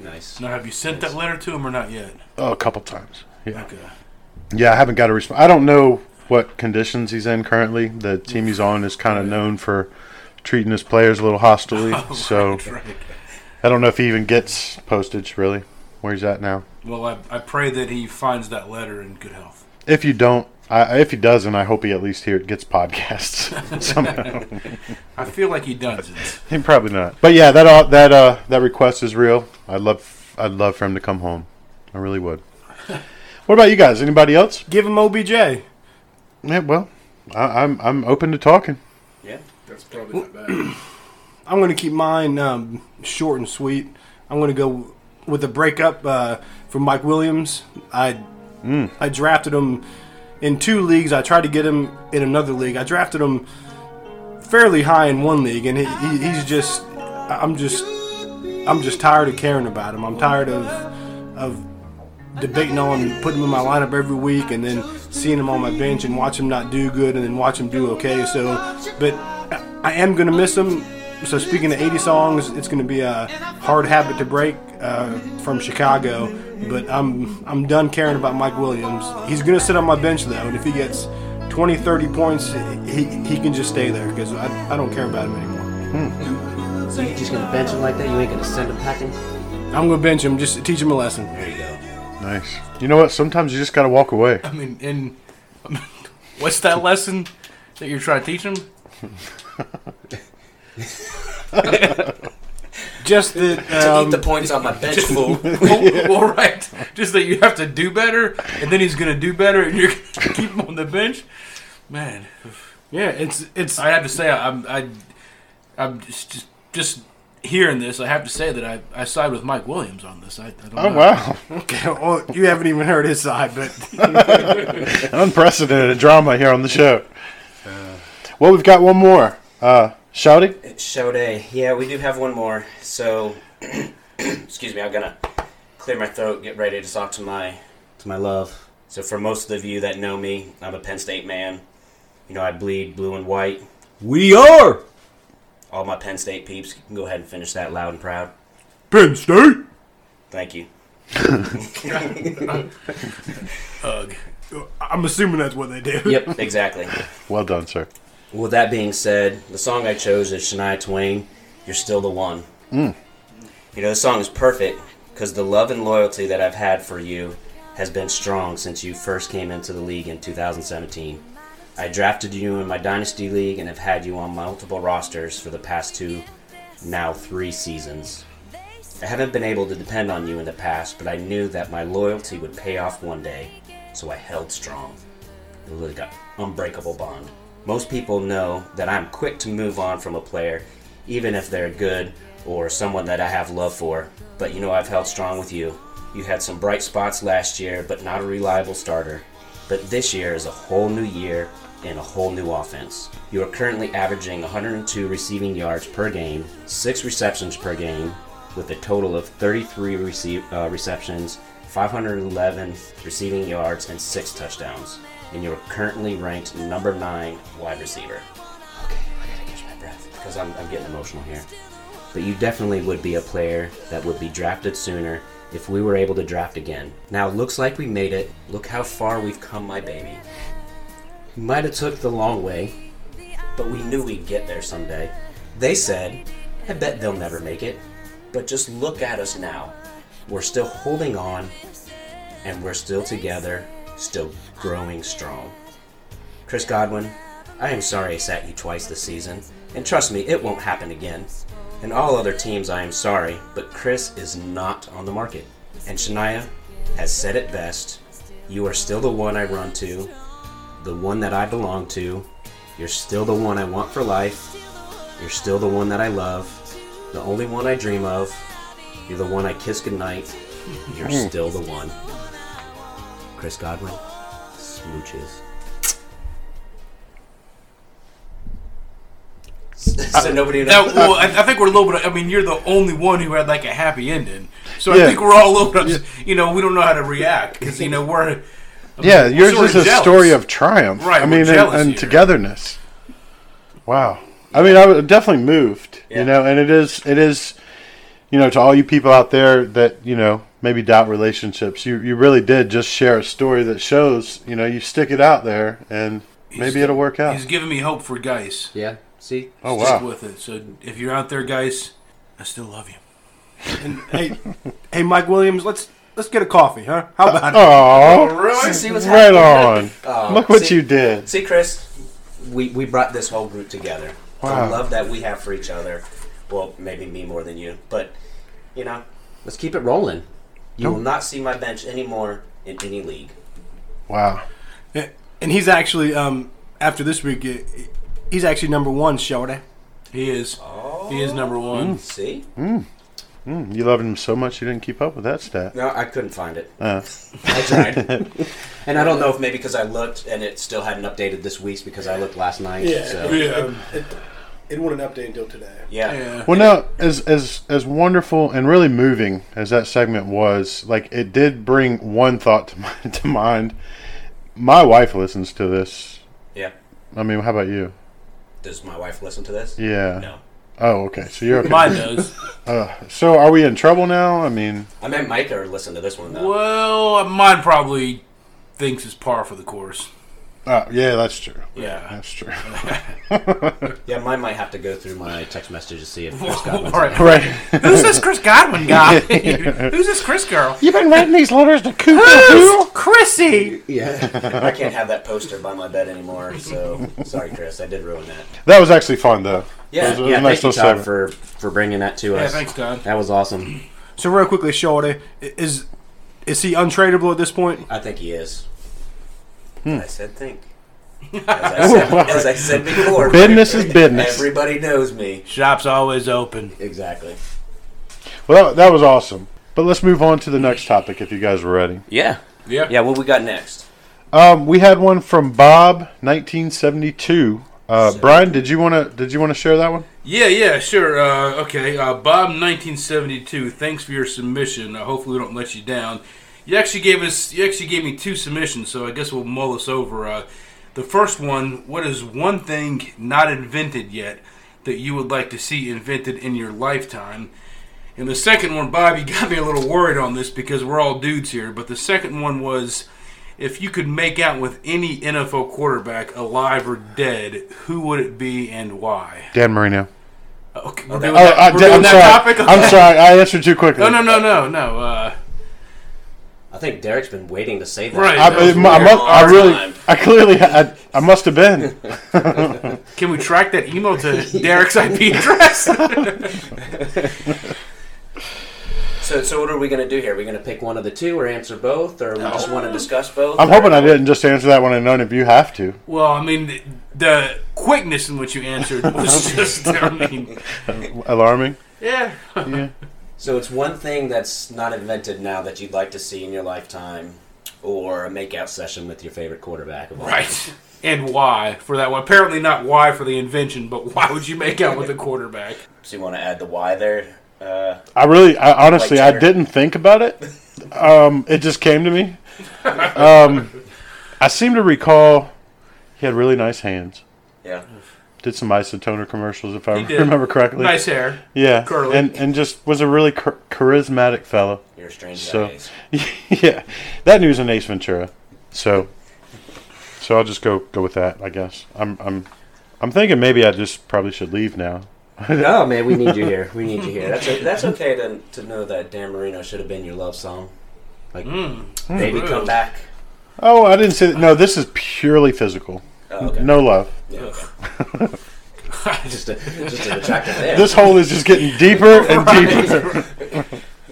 S2: Nice.
S4: Now, have you sent that letter to him or not yet?
S1: oh, a couple times. Yeah,
S4: Okay.
S1: yeah, I haven't got a response. I don't know what conditions he's in currently. The team he's on is kind of known for treating his players a little hostily, so
S4: [LAUGHS] That's right.
S1: I don't know if he even gets postage really. Where he's at now.
S4: Well, I, I pray that he finds that letter in good health.
S1: If you don't, I, if he doesn't, I hope he at least here gets podcasts [LAUGHS] somehow.
S4: I feel like he does it.
S1: He probably not. But yeah, that uh, that uh, that request is real. I'd love I'd love for him to come home. I really [LAUGHS] would. what about you guys? Anybody else?
S3: Give him OBJ.
S1: Yeah, well, I, I'm I'm open to talking.
S2: Yeah.
S4: That's probably not bad.
S3: I'm going to keep mine um, short and sweet. I'm going to go with a breakup uh, from Mike Williams. I I drafted him in two leagues. I tried to get him in another league. I drafted him fairly high in one league, and he, he, he's just I'm just I'm just tired of caring about him. I'm tired of of debating on putting him in my lineup every week and then seeing him on my bench and watch him not do good and then watch him do okay. So, but I- I am going to miss him. So, speaking of 80 songs, it's going to be a hard habit to break uh, from Chicago. But I'm I'm done caring about Mike Williams. He's going to sit on my bench though, and if he gets 20, 30 points, he, he can just stay there because I, I don't care about him anymore.
S2: So you just gonna bench him like that? You ain't gonna send him packing?
S3: I'm going to bench him just to teach him a lesson.
S2: There you go.
S1: Nice. You know what? Sometimes you just gotta walk [LAUGHS] away.
S4: I mean, and I mean, [LAUGHS] what's that lesson that you're trying to teach him?
S3: Just that.
S2: eat
S3: Um,
S2: the points on my [LAUGHS] bench, fool.
S4: well, [LAUGHS] well, right. Just that you have to do better, and then he's going to do better, and you're going to [LAUGHS] keep him on the bench. Man,
S3: yeah, it's it's.
S4: I have to say, I'm, I, I'm just, just just hearing this. I have to say that I, I side with Mike Williams on this. I, I don't
S1: Oh
S4: know.
S1: wow! [LAUGHS]
S3: Okay, [LAUGHS] well, you haven't even heard his side, but
S1: Unprecedented drama here on the show. Uh, Well, we've got one more. Uh, Shouty.
S2: Show day. Yeah, we do have one more. So, [CLEARS THROAT] excuse me. I'm gonna clear my throat. Get ready to talk to my to my love. So, for most of you that know me, I'm a Penn State man. You know, I bleed blue and white.
S3: we are
S2: All my Penn State peeps can go ahead and finish that loud and proud.
S3: Penn State.
S2: Thank you.
S4: Ugh.
S3: I'm assuming that's what they do.
S2: Yep, exactly.
S1: Well done, sir.
S2: Well, that being said, the song I chose is Shania Twain, You're Still the One. You know, the song is perfect because the love and loyalty that I've had for you has been strong since you first came into the league in 2017. I drafted you in my Dynasty League and have had you on multiple rosters for the past two, now three seasons. I haven't been able to depend on you in the past, but I knew that my loyalty would pay off one day, so I held strong like an unbreakable bond. Most people know that I'm quick to move on from a player, even if they're good or someone that I have love for. But you know, I've held strong with you. You had some bright spots last year, but not a reliable starter. But this year is a whole new year and a whole new offense. You are currently averaging 102 receiving yards per game, 6 receptions per game, with a total of 33 receive, uh, receptions, 511 receiving yards, and 6 touchdowns. And you're currently ranked number 9 wide receiver. Okay, I gotta catch my breath because I'm, I'm getting emotional here. But you definitely would be a player that would be drafted sooner if we were able to draft again. Now, looks like we made it. Look how far we've come, my baby. We might have took the long way, but we knew we'd get there someday. They said, I bet they'll never make it. But just look at us now. We're still holding on, and we're still together, still growing strong. Chris Godwin, I am sorry I sat you twice this season, and trust me, it won't happen again. And all other teams, I am sorry, but Chris is not on the market. And Shania has said it best You are still the one I run to, the one that I belong to. You're still the one I want for life. You're still the one that I love, the only one I dream of. You're the one I kiss goodnight. You're still the one. Chris Godwin, smooches. so nobody
S4: Now,
S2: knows.
S4: well, I, I think we're a little bit. I mean, you're the only one who had like a happy ending, so
S1: Yeah.
S4: I think we're all a little bit. ups- You know, we don't know how to react because you
S1: [LAUGHS]
S4: know we're.
S1: Yeah, yours
S4: sort
S1: is
S4: of
S1: a
S4: jealous.
S1: story of triumph.
S4: Right,
S1: I
S4: we're
S1: mean, and,
S4: jealous
S1: and
S4: here.
S1: togetherness. Wow. I mean, I was definitely moved.
S2: Yeah.
S1: You know, and it is, it is, you know, to all you people out there that you know maybe doubt relationships, you you really did just share a story that shows you know you stick it out there and maybe it'll work out.
S4: He's giving me hope for guys.
S2: Yeah, see?
S1: Oh
S4: Stick
S1: wow.
S4: with it. So if you're out there, guys, I still love you.
S3: And hey, hey, Mike Williams, let's let's get a coffee, huh? How about it?
S1: Oh,
S2: Really? See what's
S1: right
S2: happening.
S1: on.
S2: [LAUGHS] Oh,
S1: Look what
S2: see-
S1: you did.
S2: See, Chris, we, we brought this whole group together.
S1: Wow.
S2: The love that we have for each other. Well, maybe me more than you, but you know, let's keep it rolling. You will not see my bench anymore in any league.
S1: Wow. Oh.
S3: And he's actually um after this week, eh, eh, he's actually number one, Shorty.
S4: He is. He is number one.
S2: See?
S1: Hmm? Mm, You loved him so much you didn't keep up with that stat.
S2: No, I couldn't find it.
S1: Uh, [LAUGHS]
S2: I tried, and I don't know if maybe because I looked and it still hadn't updated this week's because I looked last night. So.
S4: Yeah. um,
S3: it, it wouldn't update until today.
S2: Yeah.
S4: Yeah.
S1: Well, no, as as as wonderful and really moving as that segment was, like it did bring one thought to [LAUGHS] mind. To mind. My wife listens to this.
S2: Yeah.
S1: I mean, how about you?
S2: Does my wife listen to this?
S1: Yeah.
S2: No.
S1: Oh, okay. So you're okay.
S4: Mine does.
S1: So are we in trouble now? I mean,
S2: I meant Mike or listen to this one though.
S4: well, mine probably thinks it's par for the course.
S1: uh, yeah, that's true.
S4: Yeah.
S1: That's true. [LAUGHS]
S2: Yeah, mine might have to go through my text message to see if [LAUGHS] Chris
S1: [LAUGHS]
S2: got
S4: All
S2: one.
S4: right.
S1: right.
S4: Who's this Chris Godwin guy? Who's this Chris girl?
S1: You've been writing these letters to Cooper
S4: Who's Chrissy?
S2: Yeah. I can't have that poster by my bed anymore, so sorry, Chris. I did ruin that.
S1: That was actually fun, though.
S2: Yeah,
S1: That was a
S2: yeah.
S1: nice
S2: Thank you,
S1: little
S2: Todd,
S1: segment.
S2: for for bringing that to
S4: Yeah,
S2: us.
S4: thanks, Todd.
S2: That was awesome.
S3: So real quickly, Shorty, i- is is he untradeable at this point?
S2: I think he is.
S1: Hmm.
S2: I said think. As
S1: [LAUGHS]
S2: I said, as I said before,
S1: Business is business.
S2: Everybody knows me.
S4: Shop's always open.
S2: Exactly.
S1: Well, that, that was awesome. But let's move on to the next topic if you guys are ready.
S2: Yeah.
S4: Yeah.
S2: Yeah. What we got next?
S1: Um, we had one from Bob, 1972. Uh, Brian, did you want to did you want to share that one?
S4: Yeah, yeah, sure. Uh, okay, uh, Bob, nineteen seventy-two. Thanks for your submission. Uh, hopefully, we don't let you down. You actually gave us. You actually gave me two submissions, so I guess we'll mull this over. Uh, the first one: What is one thing not invented yet that you would like to see invented in your lifetime? And the second one, Bob, you [LAUGHS] got me a little worried on this because we're all dudes here. But the second one was, if you could make out with any NFL quarterback, alive or dead, who would it be and why?
S1: Dan Marino.
S4: Okay, we're doing
S1: Oh,
S4: that,
S1: I,
S4: we're
S1: am sorry.
S4: doing that topic. Okay.
S1: I'm sorry. I answered too quickly.
S4: No, no, no, no, no. Uh,
S2: I think Derek's been waiting to say that.
S4: Right.
S1: I,
S4: That was
S1: I mu- I
S4: weird.
S1: mu- I
S2: Long
S1: really,
S2: time.
S1: I clearly, I, I must have been.
S4: can we track that email to [LAUGHS] Derek's IP address? [LAUGHS]
S2: So, so what are we gonna do here? Are we gonna pick one of the two, or answer both, or we just want to discuss both?
S4: [LAUGHS]
S1: I'm
S2: or-
S1: hoping I didn't just answer that one and none of you have to.
S4: well, I mean, the, the quickness in which you answered [LAUGHS] was just, I mean,
S1: Alarming.
S4: yeah.
S2: So it's one thing that's not invented now that you'd like to see in your lifetime, or a makeout session with your favorite quarterback. Of all
S4: Right. And why for that one? Apparently not why for the invention, but why would you make out with a quarterback?
S2: So you want to add the why there? Uh,
S1: I really, I honestly,
S2: Like
S1: I
S2: Twitter.
S1: didn't think about it. Um, it just came to me. Um, I seem to recall he had really nice hands.
S2: yeah.
S1: Did some isotoner commercials, if I
S4: He did.
S1: remember correctly.
S4: Nice hair. [LAUGHS]
S1: Yeah,
S4: Curly.
S1: and and just was a really char- charismatic fellow. [LAUGHS]
S2: You're a strange
S1: So-
S2: guy.
S1: yeah, that news in Ace Ventura. So, so I'll just go go with that. I guess I'm I'm I'm thinking maybe I just probably should leave now.
S2: No, man, we need you here. We need you here. That's o that's okay to, to know that Dan Marino should have been your love song. Like, baby, come back.
S1: Oh, I didn't say that. No, this is purely physical.
S2: Oh, okay.
S1: No love.
S2: Yeah, okay. just a just an attractive man.
S3: [LAUGHS]
S1: This hole is just getting deeper and deeper.
S4: Right.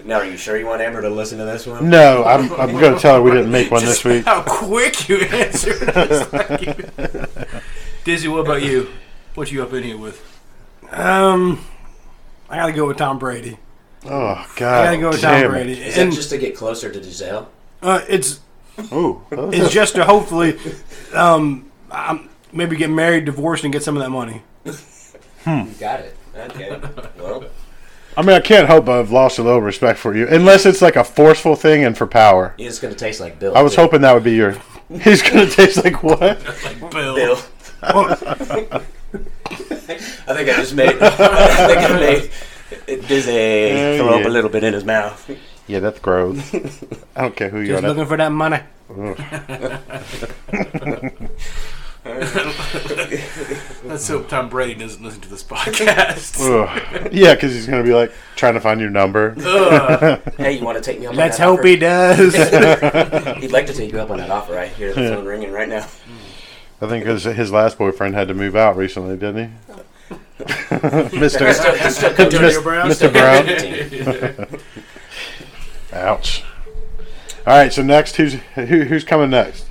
S2: Now, are you sure you want Amber to listen to this one?
S1: No, I'm, I'm going to tell her we didn't make one this
S4: Just
S1: week.
S4: How quick you answered.
S1: [LAUGHS]
S4: It's like you- Dizzy, what about you? What you up in here with?
S3: Um, I gotta go with Tom Brady.
S1: Oh, God.
S3: I gotta go with
S1: damn
S3: Tom
S1: it.
S3: Brady.
S2: Is
S3: And
S2: that just to get closer to Giselle?
S3: uh, it's
S1: Ooh, that was
S3: it's just to hopefully, um, I'm, maybe get married, divorced, and get some of that money.
S2: You got it. Okay. Well,
S1: I mean, I can't help I've lost a little respect for you, unless it's like a forceful thing and for power.
S2: it's going to taste like Bill.
S1: I was
S2: too.
S1: hoping that would be your. He's gonna taste like what?
S4: Like Bill.
S2: Bill. I think I just made. [LAUGHS] I think I made. It Dizzy
S1: Oh,
S2: throw up
S1: yeah.
S2: a little bit in his mouth.
S1: Yeah, that's gross. [LAUGHS] I don't care who you
S3: Just
S1: are.
S3: looking for that money.
S4: Let's hope Tom Brady doesn't listen to
S1: [LAUGHS]
S4: this podcast.
S1: Ugh. Yeah, because he's gonna be like trying to find your number.
S4: Ugh.
S2: Hey, you want to take me up? on
S3: Let's
S2: that
S3: hope
S2: offer?
S1: [LAUGHS]
S3: he does.
S2: He'd like to take you up on that offer. I hear the phone ringing right now.
S1: I think his, his last boyfriend had to move out recently, didn't he? Mister
S4: [LAUGHS]
S1: Mis- Mr. Brown. Ouch. All right, so next, who's who, who's coming next?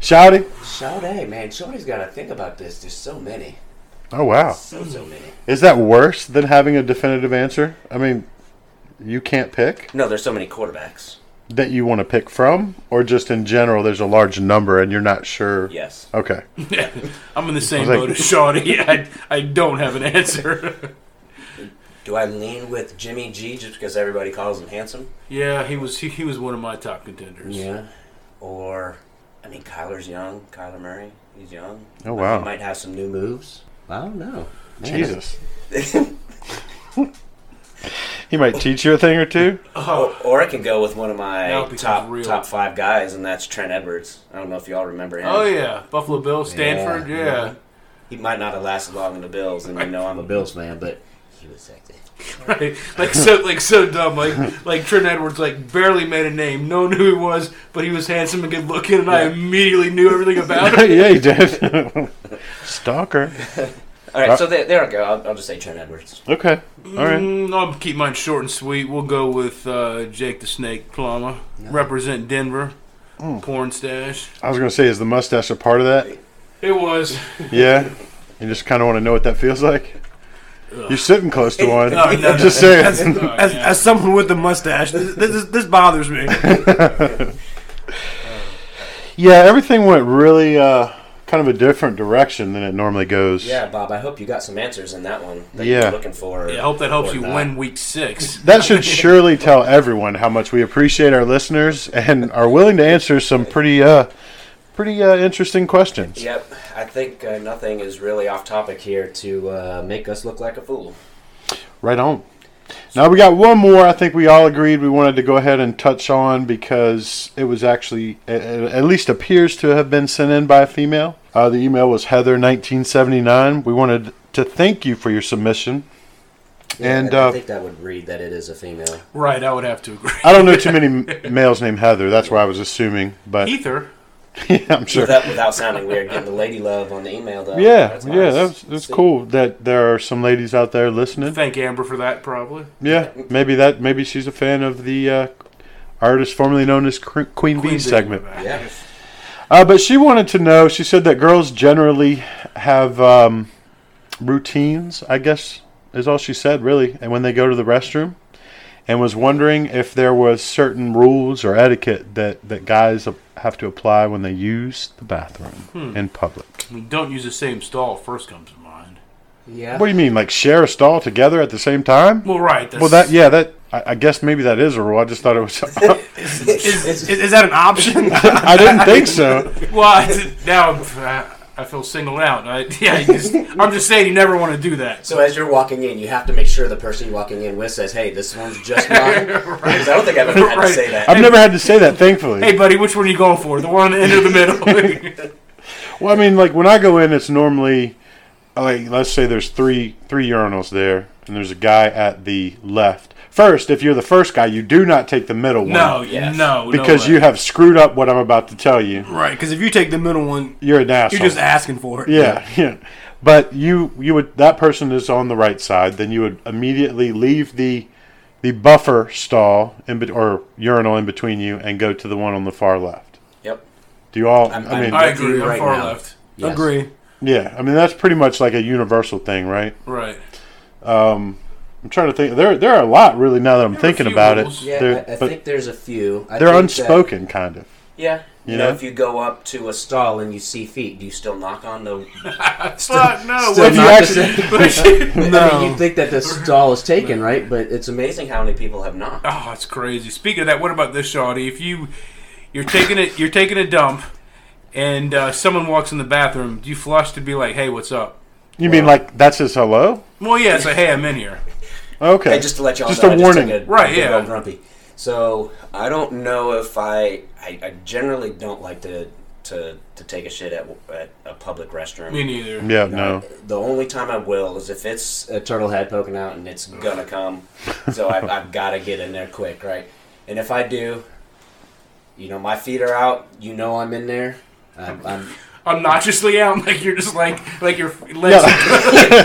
S1: Shouty.
S2: Shout out, man. Shorty's got to think about this. There's so many.
S1: Oh wow.
S2: So, so many.
S1: Is that worse than having a definitive answer? I mean, you can't pick
S2: No, there's so many quarterbacks.
S1: that you want to pick from, or just in general, there's a large number and you're not sure.
S2: Yes.
S1: Okay.
S4: I'm in the same
S1: like-
S4: boat as Shawty. [LAUGHS] I, I don't have an answer. [LAUGHS]
S2: Do I lean with Jimmy G just because everybody calls him handsome?
S4: yeah, he was he, he was one of my top contenders.
S2: Or, I mean, Kyler's young. Kyler Murray, he's young.
S1: Oh, wow.
S2: He might have some new moves. I don't know.
S1: Jesus. [LAUGHS] he might teach you a thing or two.
S4: Oh,
S2: Or, Oh, or I can go with one of my
S4: Now it becomes
S2: top
S4: real.
S2: top five guys, and that's Trent Edwards. I don't know if y'all remember him.
S4: Oh yeah, Buffalo Bill, Stanford. Yeah.
S2: Yeah. He might not have lasted long in the Bills, and you know I'm a Bills man, but he was sexy.
S4: [LAUGHS] Right. Like so like so dumb.
S1: [LAUGHS]
S4: Like like Trent Edwards like barely made a name. No one knew who he was, but he was handsome and good looking and I immediately knew everything about him.
S1: [LAUGHS] yeah, he did. Stalker.
S2: All
S1: Uh,
S2: right, so there, there I go. I'll, I'll just say Trent Edwards.
S1: Okay. [LAUGHS] All right.
S4: Mm, I'll keep mine short and sweet. We'll go with uh, Jake the Snake Plumber. Represent Denver.
S1: Mm.
S4: Porn stash.
S1: I was gonna say, is the mustache a part of that?
S4: It was.
S1: Yeah. You just kind of want to know what that feels like. You're sitting close to one.
S4: [LAUGHS] No, no,
S1: I'm just
S4: no.
S1: [LAUGHS] saying.
S4: Oh,
S3: as,
S4: yeah.
S3: as someone with a mustache, this, this, this bothers me.
S1: Yeah, everything went really uh, kind of a different direction than it normally goes.
S2: Yeah, Bob. I hope you got some answers in that one that
S1: Yeah.
S2: you're looking for.
S4: Yeah, I hope that helps
S2: or
S4: you
S2: not.
S4: win week six.
S1: That should surely tell everyone how much we appreciate our listeners and are willing to answer some pretty, uh, pretty uh, interesting questions.
S2: Yep, I think uh, nothing is really off topic here to uh, make us look like a fool.
S1: Right on. Now we got one more. I think we all agreed we wanted to go ahead and touch on because it was actually, it, it at least appears to have been sent in by a female. Uh, the email was Heather1979. We wanted to thank you for your submission.
S2: Yeah,
S1: and
S2: I, I
S1: uh,
S2: think that would read that it is a female.
S4: Right, I would have to agree.
S1: I don't know too many [LAUGHS] m- males named Heather. That's why I was assuming, but
S4: Ether.
S1: yeah, [LAUGHS] I'm sure.
S2: Without, without sounding weird, getting the lady love on the email though.
S1: Yeah,
S2: That's
S1: yeah,
S2: nice.
S1: that's that's
S2: See?
S1: cool that there are some ladies out there listening.
S4: Thank Amber for that, probably.
S1: Yeah, maybe that maybe she's a fan of the uh, artist formerly known as Cre- Queen, Bee
S4: Bee.
S1: segment.
S2: Yeah.
S1: Uh, but she wanted to know. She said that girls generally have um, routines. I guess is all she said really, and when they go to the restroom, and was wondering if there was certain rules or etiquette that that guys have to apply when they use the bathroom in public.
S4: Don't use the same stall first comes to mind.
S2: Yeah.
S1: What do you mean, like share a stall together at the same time?
S4: Well, right. That's,
S1: Well, that yeah, that I, I guess maybe that is a rule. I just thought it was. [LAUGHS]
S3: Is, is, is that an option?
S1: I didn't think so.
S4: [LAUGHS] Well, I did- now I'm, uh, I feel singled out. I, yeah, you just, I'm just saying you never want to do that.
S2: So as you're walking in, you have to make sure the person you're walking in with says, "Hey, this one's just
S4: [LAUGHS]
S2: mine." Because I don't think I've ever had
S4: Right.
S2: to say that.
S1: I've never had to say that, thankfully.
S4: Hey, buddy, which one are you going for? The one in the end or the
S1: [LAUGHS]
S4: middle?
S1: Well, I mean, like when I go in, it's normally like let's say there's three three urinals there, and there's a guy at the left. First, if you're the first guy, you do not take the middle one.
S4: no,
S2: Yes.
S4: no,
S1: Because
S4: no
S1: you have screwed up what I'm about to tell you.
S3: [LAUGHS] right, because if you take the middle one,
S1: You're an asshole.
S3: you're just asking for it.
S1: Yeah, yeah. But you you would that person is on the right side, then you would immediately leave the the buffer stall in bet- or urinal in between you and go to the one on the far left.
S2: Yep.
S1: Do you all? i
S2: I'm-
S1: mean,
S2: I'm- Look
S4: I
S2: at
S4: agree.
S2: you
S4: I'm
S2: right
S4: far
S2: now.
S4: left.
S2: Yes.
S3: Agree.
S1: yeah. I mean, that's pretty much like a universal thing, right?
S4: Right.
S1: I'm trying to think. There, there are a lot really now that I'm
S4: There are a
S1: thinking
S4: few
S1: about
S4: rules.
S1: it.
S2: Yeah,
S1: they're,
S2: I, I
S1: but
S2: think there's a few. I
S1: they're
S2: think
S1: unspoken, kind of.
S2: That, yeah. You
S1: You
S2: know,
S1: know?
S2: if you go up to a stall and you see feet, do you still knock on
S4: [LAUGHS]
S2: the?
S4: Fuck no.
S1: If
S4: what
S5: not
S1: you
S4: the-
S5: the
S1: actually-
S5: same.
S1: [LAUGHS]
S4: what the-
S5: I mean, you think that the stall is taken, right? But it's
S2: It's amazing how many people have knocked.
S4: Oh, it's crazy. Speaking of that, what about this, Shawty? If you you're taking it, you're taking a dump, and uh, someone walks in the bathroom, do you flush to be like, "Hey, what's up"?
S1: You mean like that's his hello?
S4: Well, yeah, it's like, "Hey, I'm in here."
S1: Okay.
S2: Hey, just to let y'all
S1: Just
S2: know,
S1: a
S2: I
S1: warning.
S2: Just took a,
S4: Right,
S2: I did
S4: yeah.
S2: go grumpy. So I don't know if I, I I generally don't like to to to take a shit at at a public restroom.
S4: Me neither.
S1: yeah. No.
S2: The only time I will is if it's a turtle head poking out and it's gonna come. So I've,
S1: [LAUGHS]
S2: I've got to get in there quick, right? And if I do, you know, my feet are out. You know, I'm in there. I'm, I'm
S4: Obnoxiously out, like you're just like like your
S1: [LAUGHS]
S4: legs.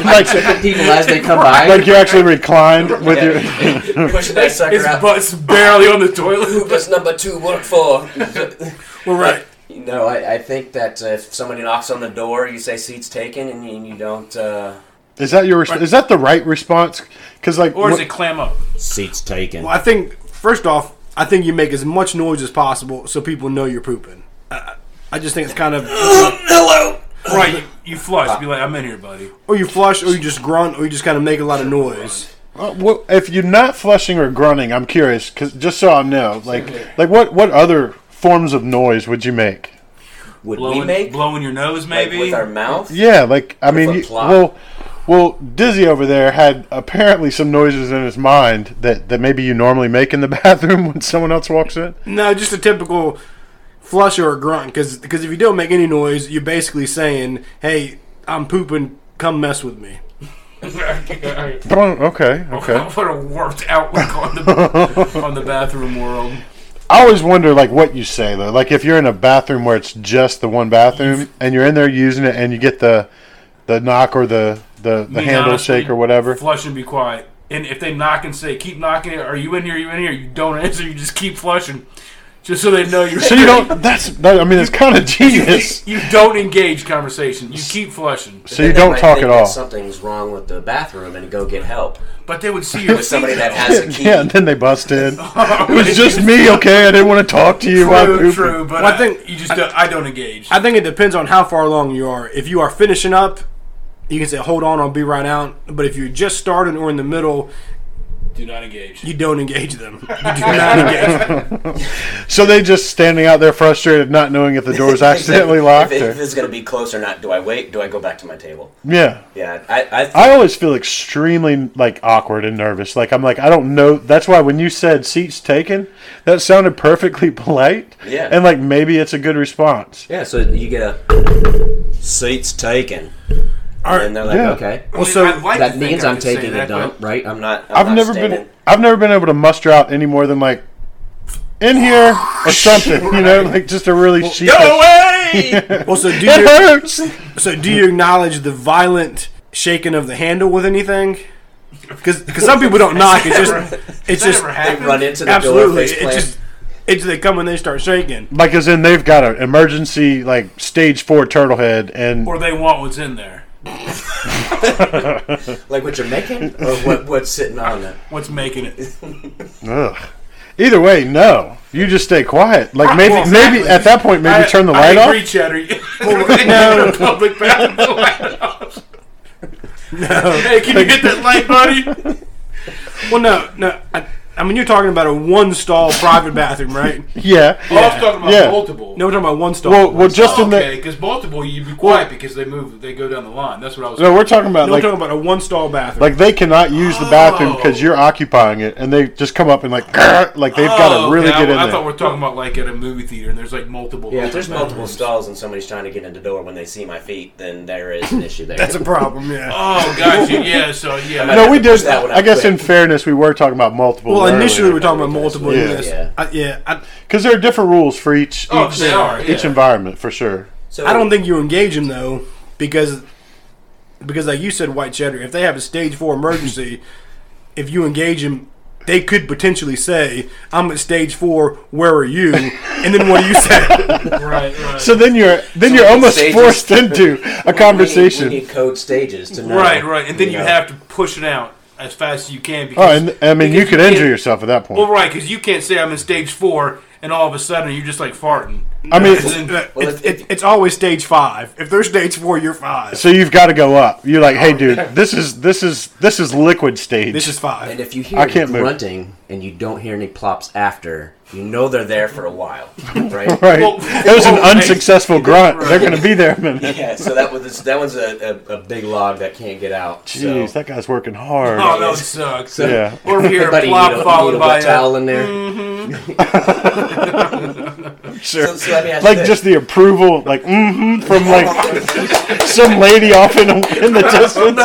S1: like,
S5: different people as they come by.
S1: [LAUGHS] like you're actually reclined with your.
S2: [LAUGHS] pushing that
S4: His
S2: sucker out.
S4: butt's barely on the
S1: [LAUGHS]
S4: toilet.
S2: Who does number two work for?
S3: [LAUGHS] Well, right.
S2: [LAUGHS] You know, I, I think that uh, if somebody knocks on the door, you say seats taken, and you, and you don't. Uh,
S1: Is that your? Is that the right response? Because like,
S4: Or is
S1: wh-
S4: it clam up?
S2: seats taken.
S3: Well, I think first off, I think you make as much noise as possible so people know you're pooping. I, I just think it's kind of,
S2: Hello.
S4: Right, you, you flush. Be like, "I'm in here, buddy."
S3: or you flush, or you just grunt, or you just kind of make a lot of noise.
S1: uh, wh- if you're not flushing or grunting, I'm curious. 'cause- just so I know, like, like what what other forms of noise would you make?
S2: Would we
S4: Blowing,
S2: make
S4: blowing your nose,
S2: like,
S4: maybe.
S2: with
S4: [LAUGHS]
S2: our mouth?
S1: Yeah, like I mean,
S2: a
S1: you,
S2: plot.
S1: well, well, Dizzy over there had apparently some noises in his mind that that maybe you normally make in the [LAUGHS] bathroom when someone else walks in.
S3: No, just a typical flush or a grunt, because if you don't make any noise, you're basically saying, "Hey, I'm pooping. Come mess with me."
S1: Oh, okay, okay.
S4: What a warped outlook
S1: [LAUGHS]
S4: on the on the bathroom world.
S1: I always wonder like what you say though. Like if you're in a bathroom where it's just the one bathroom and you're in there using it and you get the the knock or the the, the
S4: mean,
S1: handle
S4: honestly,
S1: shake or whatever.
S4: Flush and be quiet. And if they knock and say, "Keep knocking it," are you in here? Are you in here? You don't answer. You just keep flushing, just so they know you're.
S1: So you don't. That's. That, I mean, it's
S2: [LAUGHS]
S1: kind of genius.
S4: [LAUGHS] You don't engage conversation. You keep flushing,
S1: So you
S2: Then they
S1: don't
S2: might
S1: talk
S2: think
S1: at [LAUGHS]
S2: that
S1: all.
S2: Something's wrong with the bathroom, and go get help
S4: but they would see you
S5: [LAUGHS]
S2: with somebody that
S1: [LAUGHS]
S2: has a key.
S1: Yeah, and then they bust
S2: [LAUGHS]
S1: in. It
S4: [LAUGHS]
S1: was just me, okay? I didn't want to talk to you. while
S4: True,
S1: pooping.
S4: true. But
S3: Well, I
S4: I
S3: think-
S4: think you just. don't, I don't engage.
S3: I think it depends on how far along you are. If you are finishing up, you can say, "Hold on, I'll be right out." But if you're just starting or in the middle,
S4: do not engage.
S3: you don't engage them. You do not engage. Them.
S1: So they just standing out there frustrated, not knowing if the door's accidentally
S2: If-
S1: locked.
S2: If,
S1: Or,
S2: if it's going to be close or not, do I wait? Do I go back to my table?
S1: yeah.
S2: Yeah, I, I, think
S1: I always feel extremely like awkward and nervous. Like I'm like I don't know. That's why when you said seats taken, that sounded perfectly [LAUGHS] polite.
S2: Yeah.
S1: And like maybe it's a good response.
S2: yeah. So you get a seats taken,
S3: All
S2: and
S3: right.
S2: they're like,
S1: Yeah.
S2: okay,
S4: I mean,
S3: so
S4: I'd like to
S5: that
S4: think
S5: means
S4: I
S5: I'm
S4: could say
S5: taking a
S4: that,
S5: dump,
S4: but-
S5: right?
S2: I'm not. I'm
S1: I've
S2: not
S1: never
S2: standing.
S1: been. I've never been able to muster out any more than like in here or something. You know, like just a really sheepish.
S4: Go away!
S3: Well, so do
S1: It [LAUGHS]
S3: you,
S1: hurts.
S3: so do you acknowledge the violent shaking of the handle with anything? Because some people don't knock. It's just it's
S4: That
S3: just
S4: never
S2: They
S4: happened.
S2: run into the door
S3: absolutely.
S2: face
S3: It
S2: plant.
S3: just it's they come and they start shaking.
S1: Like as in they've got an emergency like stage four turtle head and
S4: or they want what's in there.
S2: like what you're making, or what, what's sitting on
S4: [LAUGHS]
S2: it.
S4: What's making it?
S1: ugh. Either way, no. You just stay quiet. Like maybe
S4: Well, exactly.
S1: maybe at that point maybe turn the
S4: I,
S1: light
S4: I
S1: off. [LAUGHS]
S4: agree, Cheddar. [LAUGHS] no, public bathroom. the
S1: [LAUGHS]
S4: light off. Hey, can you hit that light, buddy? Oh,
S3: Well, no, no. I, I mean, you're talking about a one stall private bathroom, right?
S1: Yeah.
S4: Oh, I was talking about
S1: Yeah.
S4: multiple.
S3: No, we're talking about one stall.
S1: Well, well, just in
S4: okay,
S1: the
S4: because multiple you'd be quiet because they move, they go down the line. That's what I was.
S1: no, we're talking about
S3: no,
S1: like
S3: we're talking about a one stall bathroom.
S1: like they cannot use the bathroom
S4: Oh.
S1: because you're occupying it, and they just come up and like grr, like they've got
S4: Oh,
S1: to really
S4: okay, I-
S1: get in
S4: I,
S1: there.
S4: thought we're talking about like at a movie theater and there's like multiple.
S2: Yeah,
S4: open
S2: if there's
S4: bathrooms.
S2: multiple stalls and somebody's trying to get in the door when they see my feet, then there is an issue there.
S3: That's a problem, yeah.
S4: Oh, gotcha.
S2: [LAUGHS]
S4: Yeah, so yeah.
S2: I
S1: no,
S2: had
S1: we
S2: to
S1: did.
S2: push that one
S1: I
S2: out
S1: guess in
S2: quick.
S1: fairness, we were talking about multiple.
S3: Well, initially we're talking about
S2: Yeah.
S3: multiple
S1: Yeah.
S3: units.
S2: Yeah.
S3: I, yeah, I,
S1: because there are different rules for each
S4: Oh,
S1: each,
S4: they are,
S1: each
S4: yeah.
S1: environment for sure.
S2: so
S3: I don't think you engage them though, because
S4: [LAUGHS]
S3: because like you said, white cheddar. If they have a stage four emergency, if you engage them, they could potentially say, "I'm at stage four. Where are you?" And then what do you
S4: [LAUGHS]
S3: say?
S4: Right, right.
S1: So then you're then you're
S2: the
S1: almost
S2: stages-
S1: forced
S4: [LAUGHS]
S1: into a conversation.
S5: We need, we need code stages to know.
S4: right, right. And then you
S5: know.
S4: have to push it out as fast as you can. Because,
S1: oh, and I mean, you
S4: because
S1: could injure
S4: can't-
S1: yourself at that point.
S4: Well, right, because you can't say I'm in stage four, and all of a sudden you're just like farting.
S1: I mean,
S4: And then-
S5: Well,
S3: it's,
S5: it-
S3: it's, it's always stage five. If they're stage four, you're five.
S1: so you've got to go up. You're like, hey, dude, this is this is this is liquid stage.
S3: This is
S2: And
S3: five.
S2: if you hear
S1: I can't move.
S5: grunting and you don't hear any plops after, you know they're there for a
S1: [LAUGHS]
S5: while, right?
S1: [LAUGHS] right.
S4: Well,
S1: it was an
S4: well,
S1: unsuccessful grunt. They're going to be there a minute.
S2: Yeah, so that was that one's a, a, a big log that can't get out. so-
S1: Jeez, that guy's working hard.
S4: Oh, that would suck.
S5: So-
S1: Yeah.
S4: Or if you're a
S5: But you need a,
S4: plop
S5: you need
S4: followed
S5: a wet
S4: by a,
S5: towel in there.
S1: sure.
S2: Mm-hmm.
S1: [LAUGHS]
S2: So, so let me ask
S1: like
S2: you this.
S1: just the approval, like mm-hmm, from like some lady off in, in the
S4: I'm
S1: distance.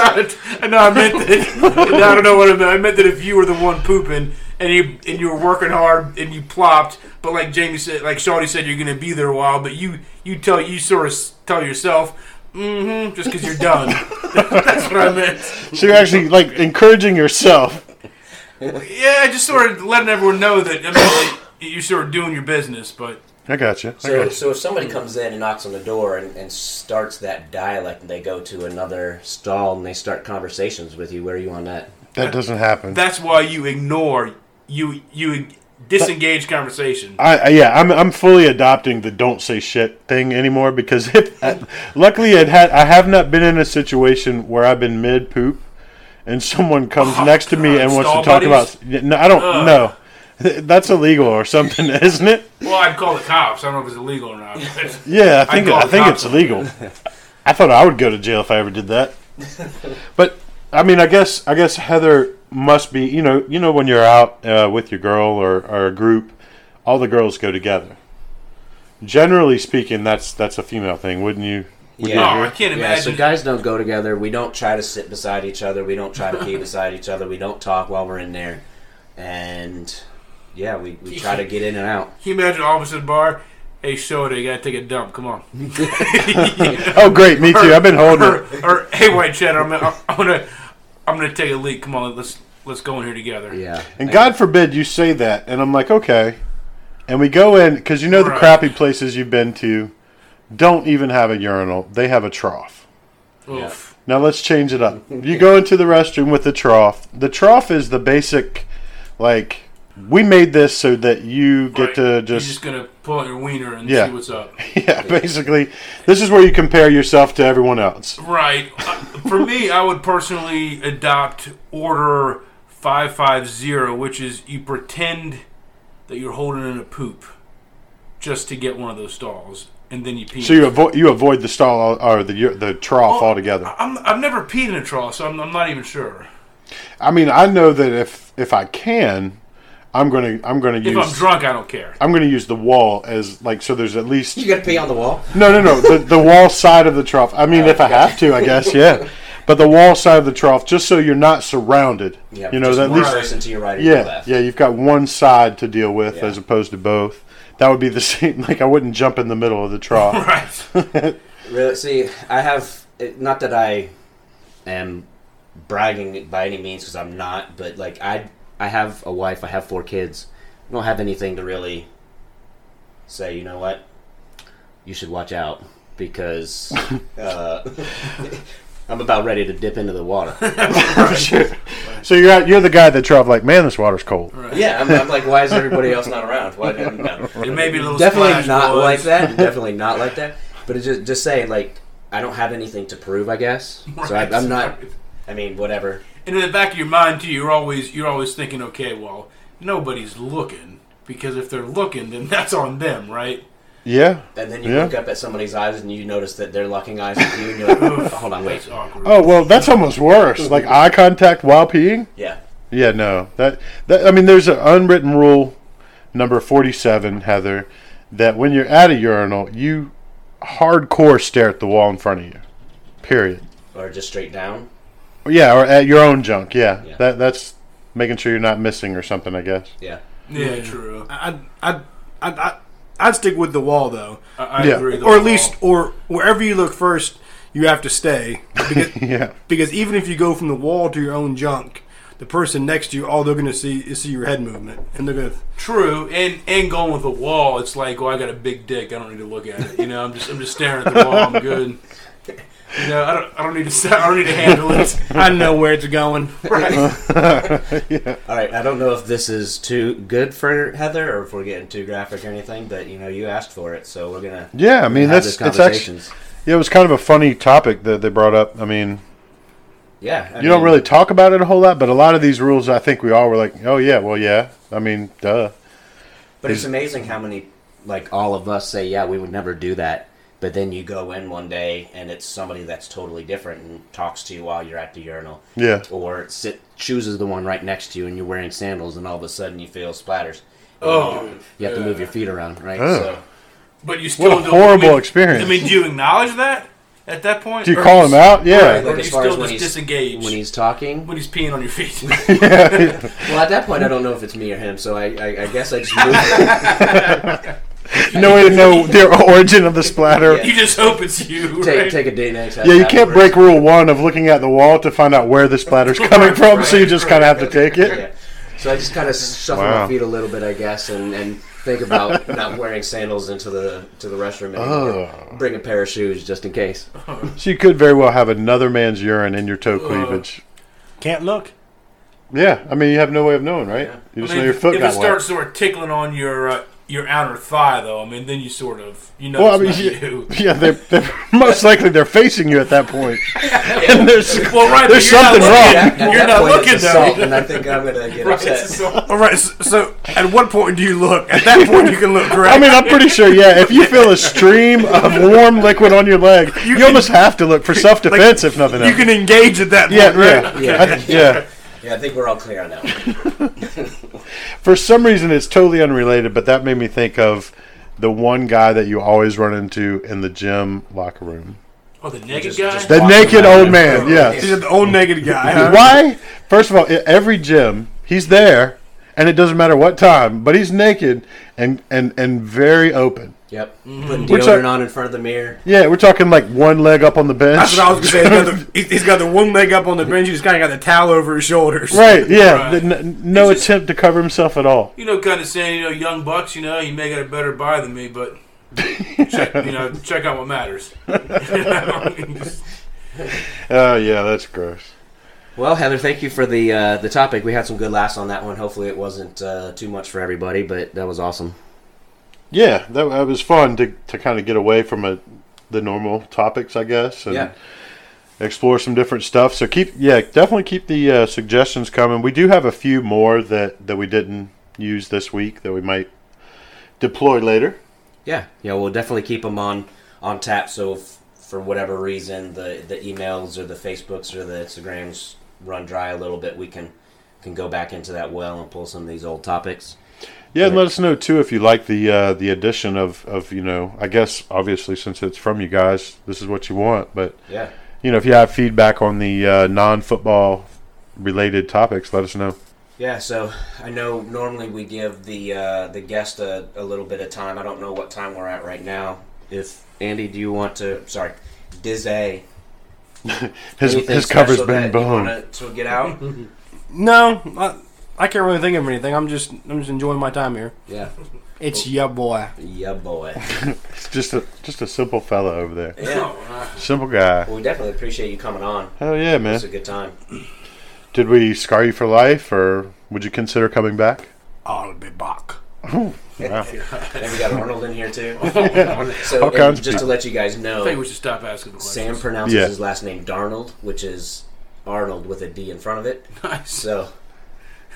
S4: not, no, [LAUGHS] I meant that. no, I don't know what I meant. I meant that if you were the one pooping and you and you were working hard and you plopped, but like Jamie said, like Shawty said, you're gonna be there a while. But you you tell you sort of s- tell yourself, mm-hmm, just because you're done. [LAUGHS] That's what I meant.
S1: So you're actually like encouraging yourself.
S4: Yeah, just sort of letting everyone know that I mean, like, you're sort of doing your business, but
S1: I got you. I
S2: So,
S1: got you.
S2: so if somebody comes in and knocks on the door and, and starts that dialect, and they go to another stall and they start conversations with you, where are you on that?
S1: That doesn't happen.
S4: that's why you ignore you you disengage conversation.
S1: I, I- yeah, I'm I'm fully adopting the don't say shit thing anymore because [LAUGHS] if, luckily it had I have not been in a situation where I've been mid poop and someone comes next to me
S4: Oh, God,
S1: and wants to
S4: stall
S1: talk
S4: buddies?
S1: about. No, I don't
S4: Ugh.
S1: know. [LAUGHS] That's illegal or something, [LAUGHS] isn't it?
S4: Well, I'd call the cops. I don't know if it's illegal or not. [LAUGHS] but-
S1: Yeah, I think
S4: call
S1: I
S4: the
S1: think
S4: cops
S1: it's
S4: on it.
S1: illegal. I thought I would go to jail if I ever did that. But I mean, I guess I guess Heather must be you know you know when you're out uh, with your girl or, or a group, all the girls go together. Generally speaking, that's that's a female thing, wouldn't you? Would you
S2: Yeah.
S4: Oh,
S1: agree?
S4: I can't
S5: Yeah, so
S4: imagine.
S5: guys don't go together.
S2: We don't try to sit beside each other. We don't try to
S4: [LAUGHS]
S2: pee beside each other. We don't talk while we're in there, and yeah, we, we try to get in
S1: [LAUGHS]
S2: and out.
S4: Can you imagine office at bar? Hey, soda, you gotta take a dump. Come on.
S1: Oh, great, me too. I've been holding
S4: Or,
S1: it.
S4: or hey, white cheddar, I'm, gonna- I'm gonna, I'm gonna take a leak. Come on, let's let's go in here together.
S5: Yeah.
S1: And God forbid you say that, and I'm like, okay. And we go in because you know the
S4: Right.
S1: crappy places you've been to don't even have a urinal; they have a trough.
S4: Oof.
S1: Now let's change it up. You go into the restroom with the trough. The trough is the basic, like we made this so that you get
S4: Right.
S1: to
S4: You're
S1: just,
S4: just gonna pull out your wiener and
S1: Yeah.
S4: see what's up.
S1: [LAUGHS] yeah. Basically, this is where you compare yourself to everyone else.
S4: Right. Uh, For me, I would personally adopt order five five zero, which is you pretend that you're holding in a poop just to get one of those stalls, and then you pee.
S1: So you avoid you avoid the stall or the u- the trough altogether.
S4: I'm, I've never peed in a trough, so I'm, I'm not even sure.
S1: I mean, I know that if if I can, I'm gonna I'm gonna
S4: If I'm
S1: use
S4: drunk, I don't care. [LAUGHS]
S1: I'm gonna use the wall as like so. There's at least
S5: You gotta pee on the wall.
S1: No, no, no. The, the wall side of the trough. I
S2: Oh,
S1: mean, if I have to, I guess, yeah. But the wall side of the trough, just so you're not surrounded.
S2: Yeah,
S1: you know,
S2: just
S1: that at
S2: one
S1: least.
S2: person to your right or your
S1: Yeah,
S2: left.
S1: yeah. You've got one side to deal with
S2: Yeah.
S1: as opposed to both. That would be the [LAUGHS] same. Like I wouldn't jump in the middle of the trough.
S2: [LAUGHS]
S4: Right.
S2: Really, see, I have it- not that I am bragging by any means because I'm not, but like I, I have a wife, I have four kids. I don't have anything to really say. You know what? You should watch out [LAUGHS] because uh, I'm about ready to dip into the water.
S1: [LAUGHS] Sure. So you're out, you're the guy at the trough. Like, man, this water's cold.
S2: [LAUGHS] yeah, I'm, I'm like, why is everybody else not around? Why? No.
S4: It may be a little
S2: definitely
S4: splash,
S2: not
S4: boys.
S2: like
S4: [LAUGHS]
S2: that. Definitely not like that. But it's just just saying like I don't have anything to prove, I guess. So I, I'm not. I mean, whatever.
S4: And in the back of your mind too, you're always you're always thinking, okay, well, nobody's looking because if they're looking, then [LAUGHS] that's on them, right?
S1: Yeah.
S2: And then you
S1: Yeah.
S2: look up at somebody's eyes and you notice that they're locking eyes with you, and you're
S1: [LAUGHS]
S2: like, oh, hold on, wait,
S4: That's awkward.
S1: Oh well, that's almost worse. Like eye contact while peeing.
S2: yeah,
S1: Yeah, no. That that I mean, there's an unwritten rule, number forty-seven, Heather, that when you're at a urinal, you hardcore stare at the wall in front of you. Period.
S2: or just straight down.
S1: Yeah, or at your own junk. Yeah,
S2: Yeah.
S1: that that's making sure you're not missing or something. I
S2: [LAUGHS]
S1: guess.
S2: Yeah,
S4: yeah, true.
S3: I'd, I'd, I'd, I'd, I'd stick with the wall though,
S4: I, I
S1: Yeah.
S4: agree. with
S3: or at
S4: Paul.
S3: least, or wherever you look first, you have to stay because,
S1: Yeah.
S3: because even if you go from the wall to your own junk, the person next to you, all they're going to see is see your head movement, and they're going to
S4: True, and and going with the wall, it's like, well, I got a big dick. I don't need to look at it. You know, I'm just I'm just staring at the wall. I'm good. You know, I don't I don't need to [LAUGHS] sa- I don't need to
S2: [LAUGHS]
S4: handle it.
S3: I
S1: [LAUGHS]
S3: know where it's going.
S4: Right.
S2: All right, I don't know if this is too good for Heather or if we're getting too graphic or anything, but you know, you asked for it, so we're gonna
S1: Yeah, I mean
S2: have
S1: that's
S2: this
S1: it's actually
S2: conversations.
S1: yeah, it was kind of a funny topic that they brought up. I mean,
S2: yeah. I
S1: you don't
S2: mean,
S1: really talk about it a whole lot, but a lot of these rules, I think we all were like, oh yeah, well yeah. I mean, duh.
S2: But it's amazing how many, like all of us, say, "Yeah, we would never do that." But then you go in one day and it's somebody that's totally different and talks to you while you're at the urinal,
S1: Yeah,
S2: or sit chooses the one right next to you and you're wearing sandals and all of a sudden you feel splatters.
S4: Oh,
S2: You have to move your feet around, right?
S1: Ugh.
S2: So
S4: but you still
S1: a
S4: don't-
S1: horrible
S4: I mean-
S1: experience.
S4: I mean, do you acknowledge that at that point?
S1: do you
S4: Or
S1: call
S4: is-
S1: him out?
S4: Right,
S1: Yeah,
S2: Like,
S4: or do
S2: as
S4: you
S2: far as
S4: still
S2: when
S4: just
S2: he's-
S4: disengage
S2: when he's talking,
S4: when he's peeing on
S2: [LAUGHS]
S4: your [LAUGHS] feet?
S2: well, at that point I don't know if it's me or him, so I, I, I guess I just move. [LAUGHS]
S1: no way to know the [LAUGHS] origin of the splatter.
S2: Yeah.
S4: you just hope it's you.
S2: take
S4: Right?
S2: take a date night.
S1: Yeah, you can't break rule one of looking at the wall to find out where the
S4: [LAUGHS]
S1: splatter's coming from, so you just kind of have to take it.
S2: Yeah. So I just kind of shuffle
S1: Wow.
S2: my feet a little bit, I guess, and, and think about not wearing sandals into the to the restroom anymore. Bring a pair of shoes just in case.
S1: So you could very well have another man's urine in your toe cleavage.
S3: Can't look.
S1: Yeah, I mean, you have no way of knowing, right? You
S4: I
S1: just
S4: mean,
S1: know your
S4: if-
S1: foot
S4: if
S1: got
S4: it
S1: wet.
S4: starts sort of tickling on your uh, your outer thigh, though, I mean, then you sort of you know
S1: Well, I
S4: it's
S1: mean,
S4: not you.
S1: [LAUGHS]
S4: [LAUGHS]
S1: yeah, yeah, they're, they're most likely they're facing you at that point, [LAUGHS] and there's
S4: Well, right,
S1: there's
S4: but you're
S1: something
S4: not
S1: wrong.
S2: At
S4: looking. [LAUGHS] You're
S2: that
S4: not
S2: point,
S4: looking,
S2: it's
S4: though.
S2: assault, and I think I'm gonna get
S4: [LAUGHS] Right,
S2: upset.
S4: so-
S3: All right. So, so at what point do you look? At that point, you
S1: [LAUGHS]
S3: can look. Correct.
S1: I mean, I'm pretty sure. Yeah, if you
S4: [LAUGHS]
S1: feel a stream of warm liquid on your leg, you,
S3: can-
S1: almost have to
S4: [LAUGHS]
S1: look for self-defense, if nothing else.
S3: you can engage at that
S1: yeah,
S3: point, right?
S1: yeah, yeah. I, yeah.
S2: Yeah, I think we're all clear on that. One.
S1: For some reason, it's totally unrelated, but that made me think of the one guy that you always run into in the gym locker room.
S4: Oh, the naked
S2: Just-
S4: guy.
S2: just-
S1: The
S2: Walking
S1: naked
S2: around
S1: old
S2: in
S3: [LAUGHS]
S1: man. Yeah.
S3: He's the old naked guy. huh?
S1: [LAUGHS] Why? First of all, i- every gym, he's there, and it doesn't matter what time, but he's naked and and and very open.
S2: Yep.
S4: Mm-hmm.
S2: Putting
S1: Which
S2: deodorant
S1: I-
S2: on in front of the mirror.
S1: Yeah, we're talking like one leg up on the bench.
S3: That's what I was gonna say. He's got the, he's- he's got the one leg up on the bench. He's kind of got the towel over his
S1: [LAUGHS]
S3: shoulders.
S1: Right, yeah.
S4: Right.
S1: the- n- no
S4: It's just-
S1: attempt to cover himself at all.
S4: you know, kind of saying, you know, young bucks, you know, you may got a better buy than me, but check, you know, check out what matters. [LAUGHS]
S1: Oh, yeah, that's gross.
S2: Well, Heather, thank you for the uh, the topic. We had some good laughs on that one. Hopefully, it wasn't uh, too much for everybody, but that was awesome.
S1: Yeah, that, that was fun to, to kind of get away from a, the normal topics, I guess. And
S2: Yeah.
S1: explore some different stuff. So keep, yeah, definitely keep the uh, suggestions coming. We do have a few more that that we didn't use this week that we might deploy later.
S2: Yeah, yeah, we'll definitely keep them on on tap. So if, for whatever reason, the the emails or the Facebooks or the Instagrams run dry a little bit, we can can go back into that well and pull some of these old topics.
S1: Yeah, and let us know too if you like the uh, the addition of of you know. I guess obviously since it's from you guys, this is what you want. But
S2: Yeah,
S1: you know, if you have feedback on the uh, non football related topics, let us know.
S2: yeah. So I know normally we give the uh, the guest a, a little bit of time. I don't know what time we're at right now. If Andy, do you want to? Sorry, Dizay.
S1: His
S2: anything
S1: his cover's
S2: special
S1: been
S2: that you
S1: blown.
S2: wanna- To get out.
S3: No, I, I can't really think of anything. I'm just I'm just enjoying my time here.
S2: yeah,
S3: It's ya boy.
S2: yeah, boy.
S1: It's just a just a simple fella over there,
S2: Yeah,
S1: simple guy.
S2: well, we definitely appreciate you coming on.
S1: Hell yeah, man!
S2: It's a good time.
S1: Did we scar you for life, or would you consider coming back?
S3: I'll be back.
S1: Wow.
S2: And we got Arnold in
S1: [LAUGHS]
S2: here too.
S1: All
S2: So and
S1: kinds of
S2: just to
S1: people.
S2: let you guys
S4: I think we
S2: know,
S4: should stop asking the questions.
S2: Sam pronounces
S1: Yeah.
S2: his last name Darnold, which is Arnold with a D in front of it.
S4: Nice.
S2: So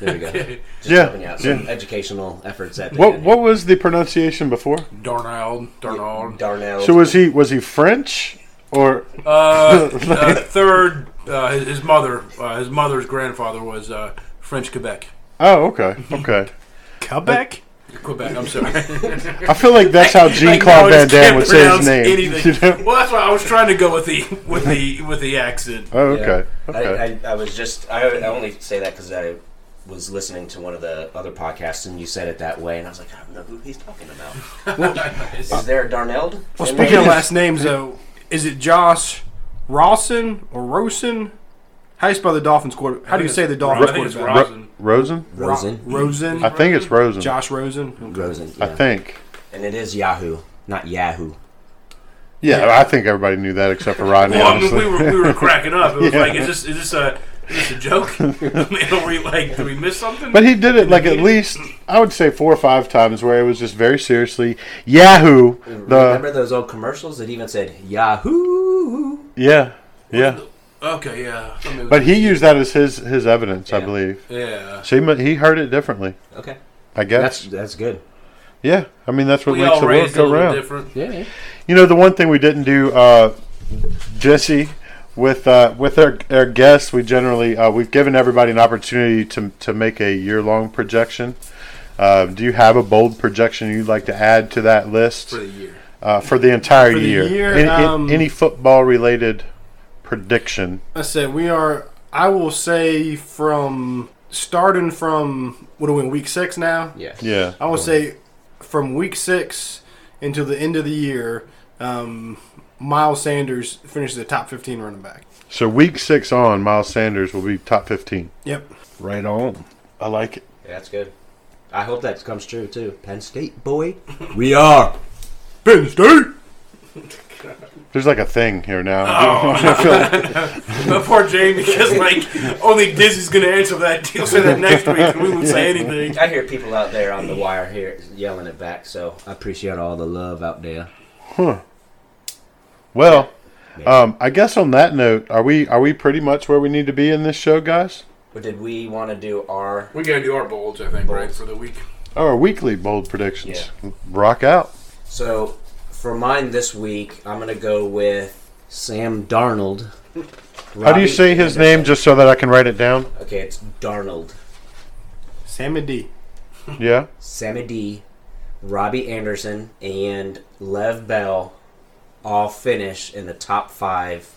S2: there we go. Just
S1: [LAUGHS] Yeah,
S2: helping out some
S1: yeah.
S2: educational efforts at the
S1: What
S2: end.
S1: what was the pronunciation before?
S4: Darnold, Darnold.
S2: Darnell.
S1: So was he was he French or
S4: Uh,
S1: [LAUGHS]
S4: uh, third, uh, his, his mother, uh, his mother's grandfather was uh, French Quebec.
S1: oh okay okay.
S3: Quebec?
S4: Quebec,
S1: [LAUGHS]
S4: I'm sorry.
S1: I feel like that's
S4: [LAUGHS]
S1: how Jean Claude Van Damme would say his name. [LAUGHS]
S4: Anything.
S1: You know?
S4: Well, that's why I was trying to go with the with the with the accent. [LAUGHS]
S1: Oh
S2: Yeah.
S1: okay okay.
S2: I, I, I was just I, I only say that because I was listening to one of the other podcasts and you said it that way and I was like I don't know who he's talking about. is there a Darnell?
S3: Well, speaking of last names, though, is it Josh Rawson or Rosen? How do you spell the Dolphins quarter? How do you
S4: I think
S3: say the
S4: it's Ro-
S3: Dolphins
S4: I think it's
S3: quarterback?
S1: Ro-
S4: Rosen.
S1: Rosen?
S3: Ro-
S2: Rosen.
S3: Rosen.
S1: I think it's Rosen.
S3: Josh Rosen.
S2: Rosen.
S1: I
S2: yeah.
S1: think.
S2: And it is Yahoo, not Yahoo.
S1: Yeah, I think everybody knew that except for Rodney.
S4: Well, Oh, I mean,
S1: honestly.
S4: we were we were cracking up. It
S1: [LAUGHS]
S4: was
S1: Yeah.
S4: like, is this is this a is this a
S1: [LAUGHS]
S4: joke? [LAUGHS] I mean, are we like, did we miss something?
S1: But he did it like
S4: [LAUGHS]
S1: at least I would say four or five times where it was just very seriously Yahoo. The
S2: Remember those old commercials that even said Yahoo?
S1: yeah, yeah.
S4: okay, yeah. I mean, it was-
S1: But he used that as his his evidence, I
S2: Yeah.
S1: believe.
S4: yeah.
S1: So he mu- he heard it differently.
S2: Okay,
S1: I guess.
S2: that's that's good.
S1: yeah. I mean that's what
S4: We
S1: makes
S4: all
S1: the world
S4: raised it a
S1: go
S4: little
S1: round.
S4: different.
S2: Yeah.
S1: You know the one thing we didn't do, uh, Jesse. With uh, with our, our guests, we generally uh, we've given everybody an opportunity to, to make a year long projection. Uh, do you have a bold projection you'd like to add to that list?
S4: for the year.
S1: uh, for the entire
S3: For the
S1: year.
S3: year,
S1: any, any-
S3: um,
S1: any football related prediction?
S3: I said we are. I will say from starting from what are we in week six now?
S2: Yes.
S1: Yeah.
S3: I will say from week six until the end of the year, um, Miles Sanders finishes the top fifteen running back.
S1: So week six on, Miles Sanders will be top fifteen.
S3: Yep.
S1: Right on. I like it.
S2: Yeah, that's good. I hope that comes true too. Penn State boy, we are Penn State.
S1: There's like a thing here [LAUGHS] now.
S4: Oh. but poor Jamie, because
S1: [LAUGHS]
S4: like only Dizzy's gonna answer that. He'll say that next week, and we won't
S1: [LAUGHS]
S4: say anything.
S2: I hear people out there on the wire here yelling it back, so I appreciate all the love out there.
S1: well, um, I guess on that note, are we are we pretty much where we need to be in this show, guys?
S2: But did we want to do our?
S4: We gotta do our bolds, I think, right
S2: Bolds.
S4: for the week.
S1: Oh, Our weekly bold predictions. Rock out.
S2: So for mine this week, I'm gonna go with Sam Darnold.
S1: How do you say his name just so that I can write it down?
S2: Okay, it's Darnold.
S3: Sammy D.
S1: Yeah.
S2: Sammy D, Robbie Anderson, and Lev Bell all finish in the top five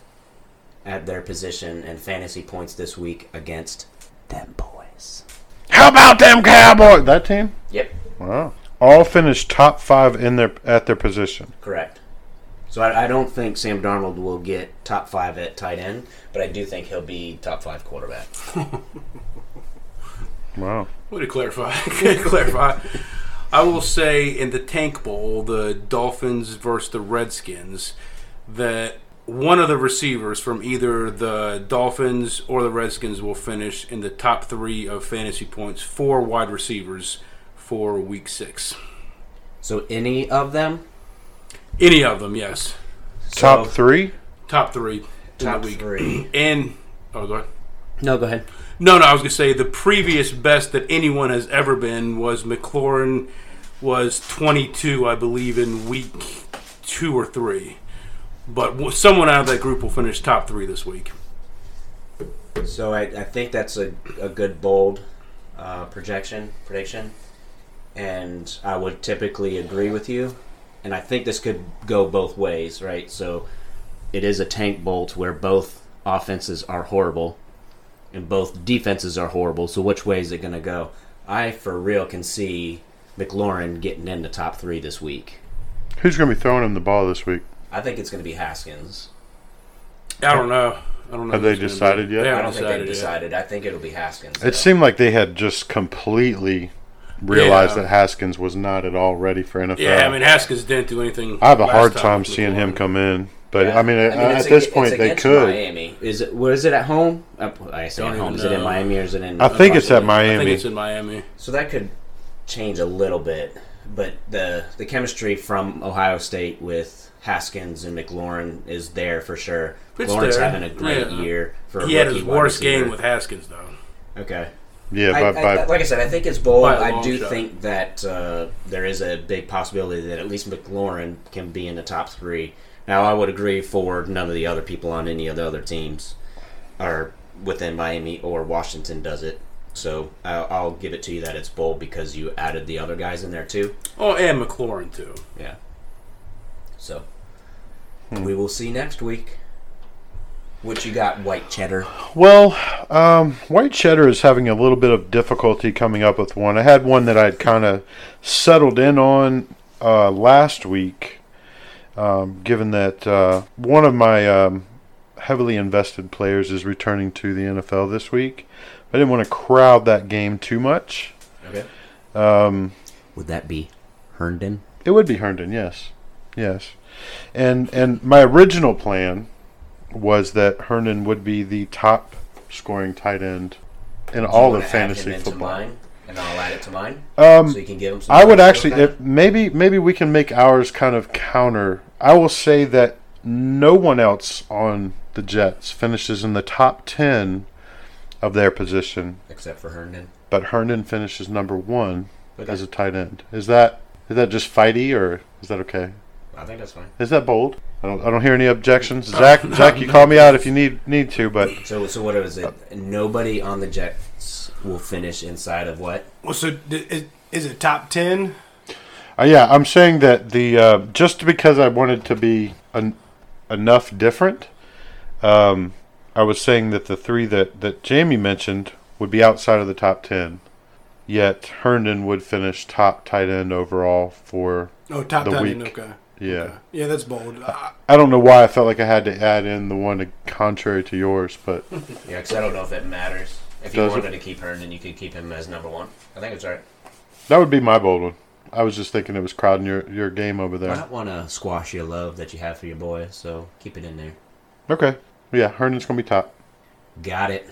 S2: at their position in fantasy points this week against them boys.
S1: How about them Cowboys? That team?
S2: Yep,
S1: Wow. All finished top five in their at their position.
S2: correct. So I, I don't think Sam Darnold will get top five at tight end, but I do think he'll be top five quarterback.
S1: Wow.
S4: Way to clarify. [LAUGHS] clarify. I will say in the Tank Bowl, the Dolphins versus the Redskins, that one of the receivers from either the Dolphins or the Redskins will finish in the top three of fantasy points for wide receivers for Week Six.
S2: So any of them?
S4: Any of them, yes.
S1: Top
S2: So,
S1: three?
S4: Top three.
S2: Top
S4: in the week.
S2: three.
S4: And oh, go ahead.
S2: No, go ahead.
S4: No, no, I was gonna say the previous best that anyone has ever been was McLaurin was 22, I believe, in week two or three. But w- someone out of that group will finish top three this week.
S2: So I, I think that's a, a good bold uh, projection prediction, and I would typically agree with you. And I think this could go both ways, right? So it is a tank bolt where both offenses are horrible and both defenses are horrible. So which way is it going to go? I for real can see McLaurin getting in the top three this week.
S1: Who's going to be throwing him the ball this week?
S2: I think it's going to be Haskins.
S4: I don't know. I don't know.
S1: Have they
S4: who's gonna be-
S1: decided yet?
S4: They
S2: I
S4: haven't
S2: don't think they've
S4: yet.
S2: decided. I think it'll be Haskins.
S1: It
S2: though.
S1: seemed like they had just completely realized
S4: Yeah.
S1: that Haskins was not at all ready for NFL.
S4: Yeah, I mean Haskins didn't do anything.
S1: Oh. I have a
S4: last
S1: hard
S4: time
S1: time
S4: with
S1: seeing him
S4: McLaurin.
S1: come in, but
S2: Yeah.
S1: I mean, uh, at-
S2: it's
S1: at
S2: ag-
S1: this
S2: it's
S1: point they
S2: against
S1: could.
S2: Miami is it? Was it at home? Uh, I say
S4: Don't
S2: at home.
S4: even
S2: Is it in
S4: know.
S2: Miami or is it in?
S1: I think it's at
S4: I think
S1: Miami.
S4: it's in Miami.
S2: So that could change a little bit, but the the chemistry from Ohio State with Haskins and McLaurin is there for sure.
S4: It's
S2: McLaurin's
S4: there.
S2: having a great
S4: Yeah.
S2: year for a
S4: He had
S2: rookie
S4: his
S2: wide
S4: worst
S2: receiver.
S4: game with Haskins though.
S2: Okay.
S1: Yeah,
S2: I,
S1: by, by,
S2: I, like I said, I think it's bold.
S4: By a long
S2: I do
S4: shot.
S2: think that uh, there is a big possibility that at least McLaurin can be in the top three. Now, I would agree for none of the other people on any of the other teams are within Miami or Washington does it. So I'll, I'll give it to you that it's bold because you added the other guys in there too.
S4: Oh, and McLaurin too.
S2: Yeah. So
S1: Hmm.
S2: we will see next week. What you got, white cheddar?
S1: Well, um, white cheddar is having a little bit of difficulty coming up with one. I had one that I'd kind of settled in on uh, last week, um, given that uh, one of my um, heavily invested players is returning to the NFL this week. I didn't want to crowd that game too much.
S2: Okay.
S1: Um,
S2: Would that be Herndon?
S1: it would be Herndon, yes, yes, and and my original plan was that Herndon would be the top scoring tight end in all of fantasy football.
S2: Mine, and I'll add it to mine.
S1: Um,
S2: so you can give him. Some
S1: I would
S2: thoughts,
S1: actually,
S2: okay?
S1: if maybe maybe we can make ours kind of counter. I will say that no one else on the Jets finishes in the top ten of their position,
S2: except for Herndon.
S1: but Herndon finishes number one
S2: Okay.
S1: as a tight end. Is that is that just fighty or is that okay?
S2: I think that's fine.
S1: Is that bold? I don't, I don't hear any objections. Zach, Zach, you call me out if you need need to, but
S2: So, so what is it? Nobody on the Jets will finish inside of what?
S3: Well, so d- is, is it top ten?
S1: uh, yeah, I'm saying that the uh, just because I wanted to be en- enough different, um, I was saying that the three that that Jamie mentioned would be outside of the top ten. Yet Herndon would finish top tight end overall for
S3: Oh, top
S1: The
S3: ten.
S1: week.
S3: Okay.
S1: yeah.
S3: Okay. Yeah, that's bold. I,
S1: I don't know why I felt like I had to add in the one contrary to yours, but
S2: Yeah, because I don't know if it matters. If
S1: you
S2: you
S1: Does it?
S2: wanted
S1: wanted
S2: to keep Herndon, you could keep him as number one. I think it's all right.
S1: that would be my bold one. I was just thinking it was crowding your, your game over
S2: I
S1: there.
S2: don't want to squash your love that you have for your boy, so keep it in there.
S1: Okay. Yeah, Herndon's going to be top.
S2: Got it.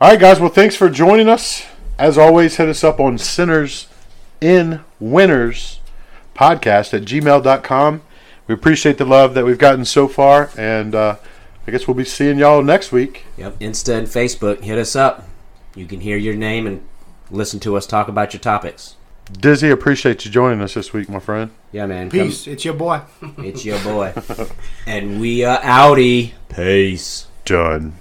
S1: All right, guys. Well, thanks for joining us. As always, hit us up on Sinners in Winners podcast at gmail.com. We appreciate the love that we've gotten so far, and uh, I guess we'll be seeing y'all next week.
S2: Yep. Insta and Facebook, hit us up. You can hear your name and listen to us talk about your topics.
S1: Dizzy, appreciate you joining us this week, my friend.
S2: Yeah, man. come-
S3: peace. It's your boy.
S2: it's your boy. and we are outie. Peace.
S1: Done.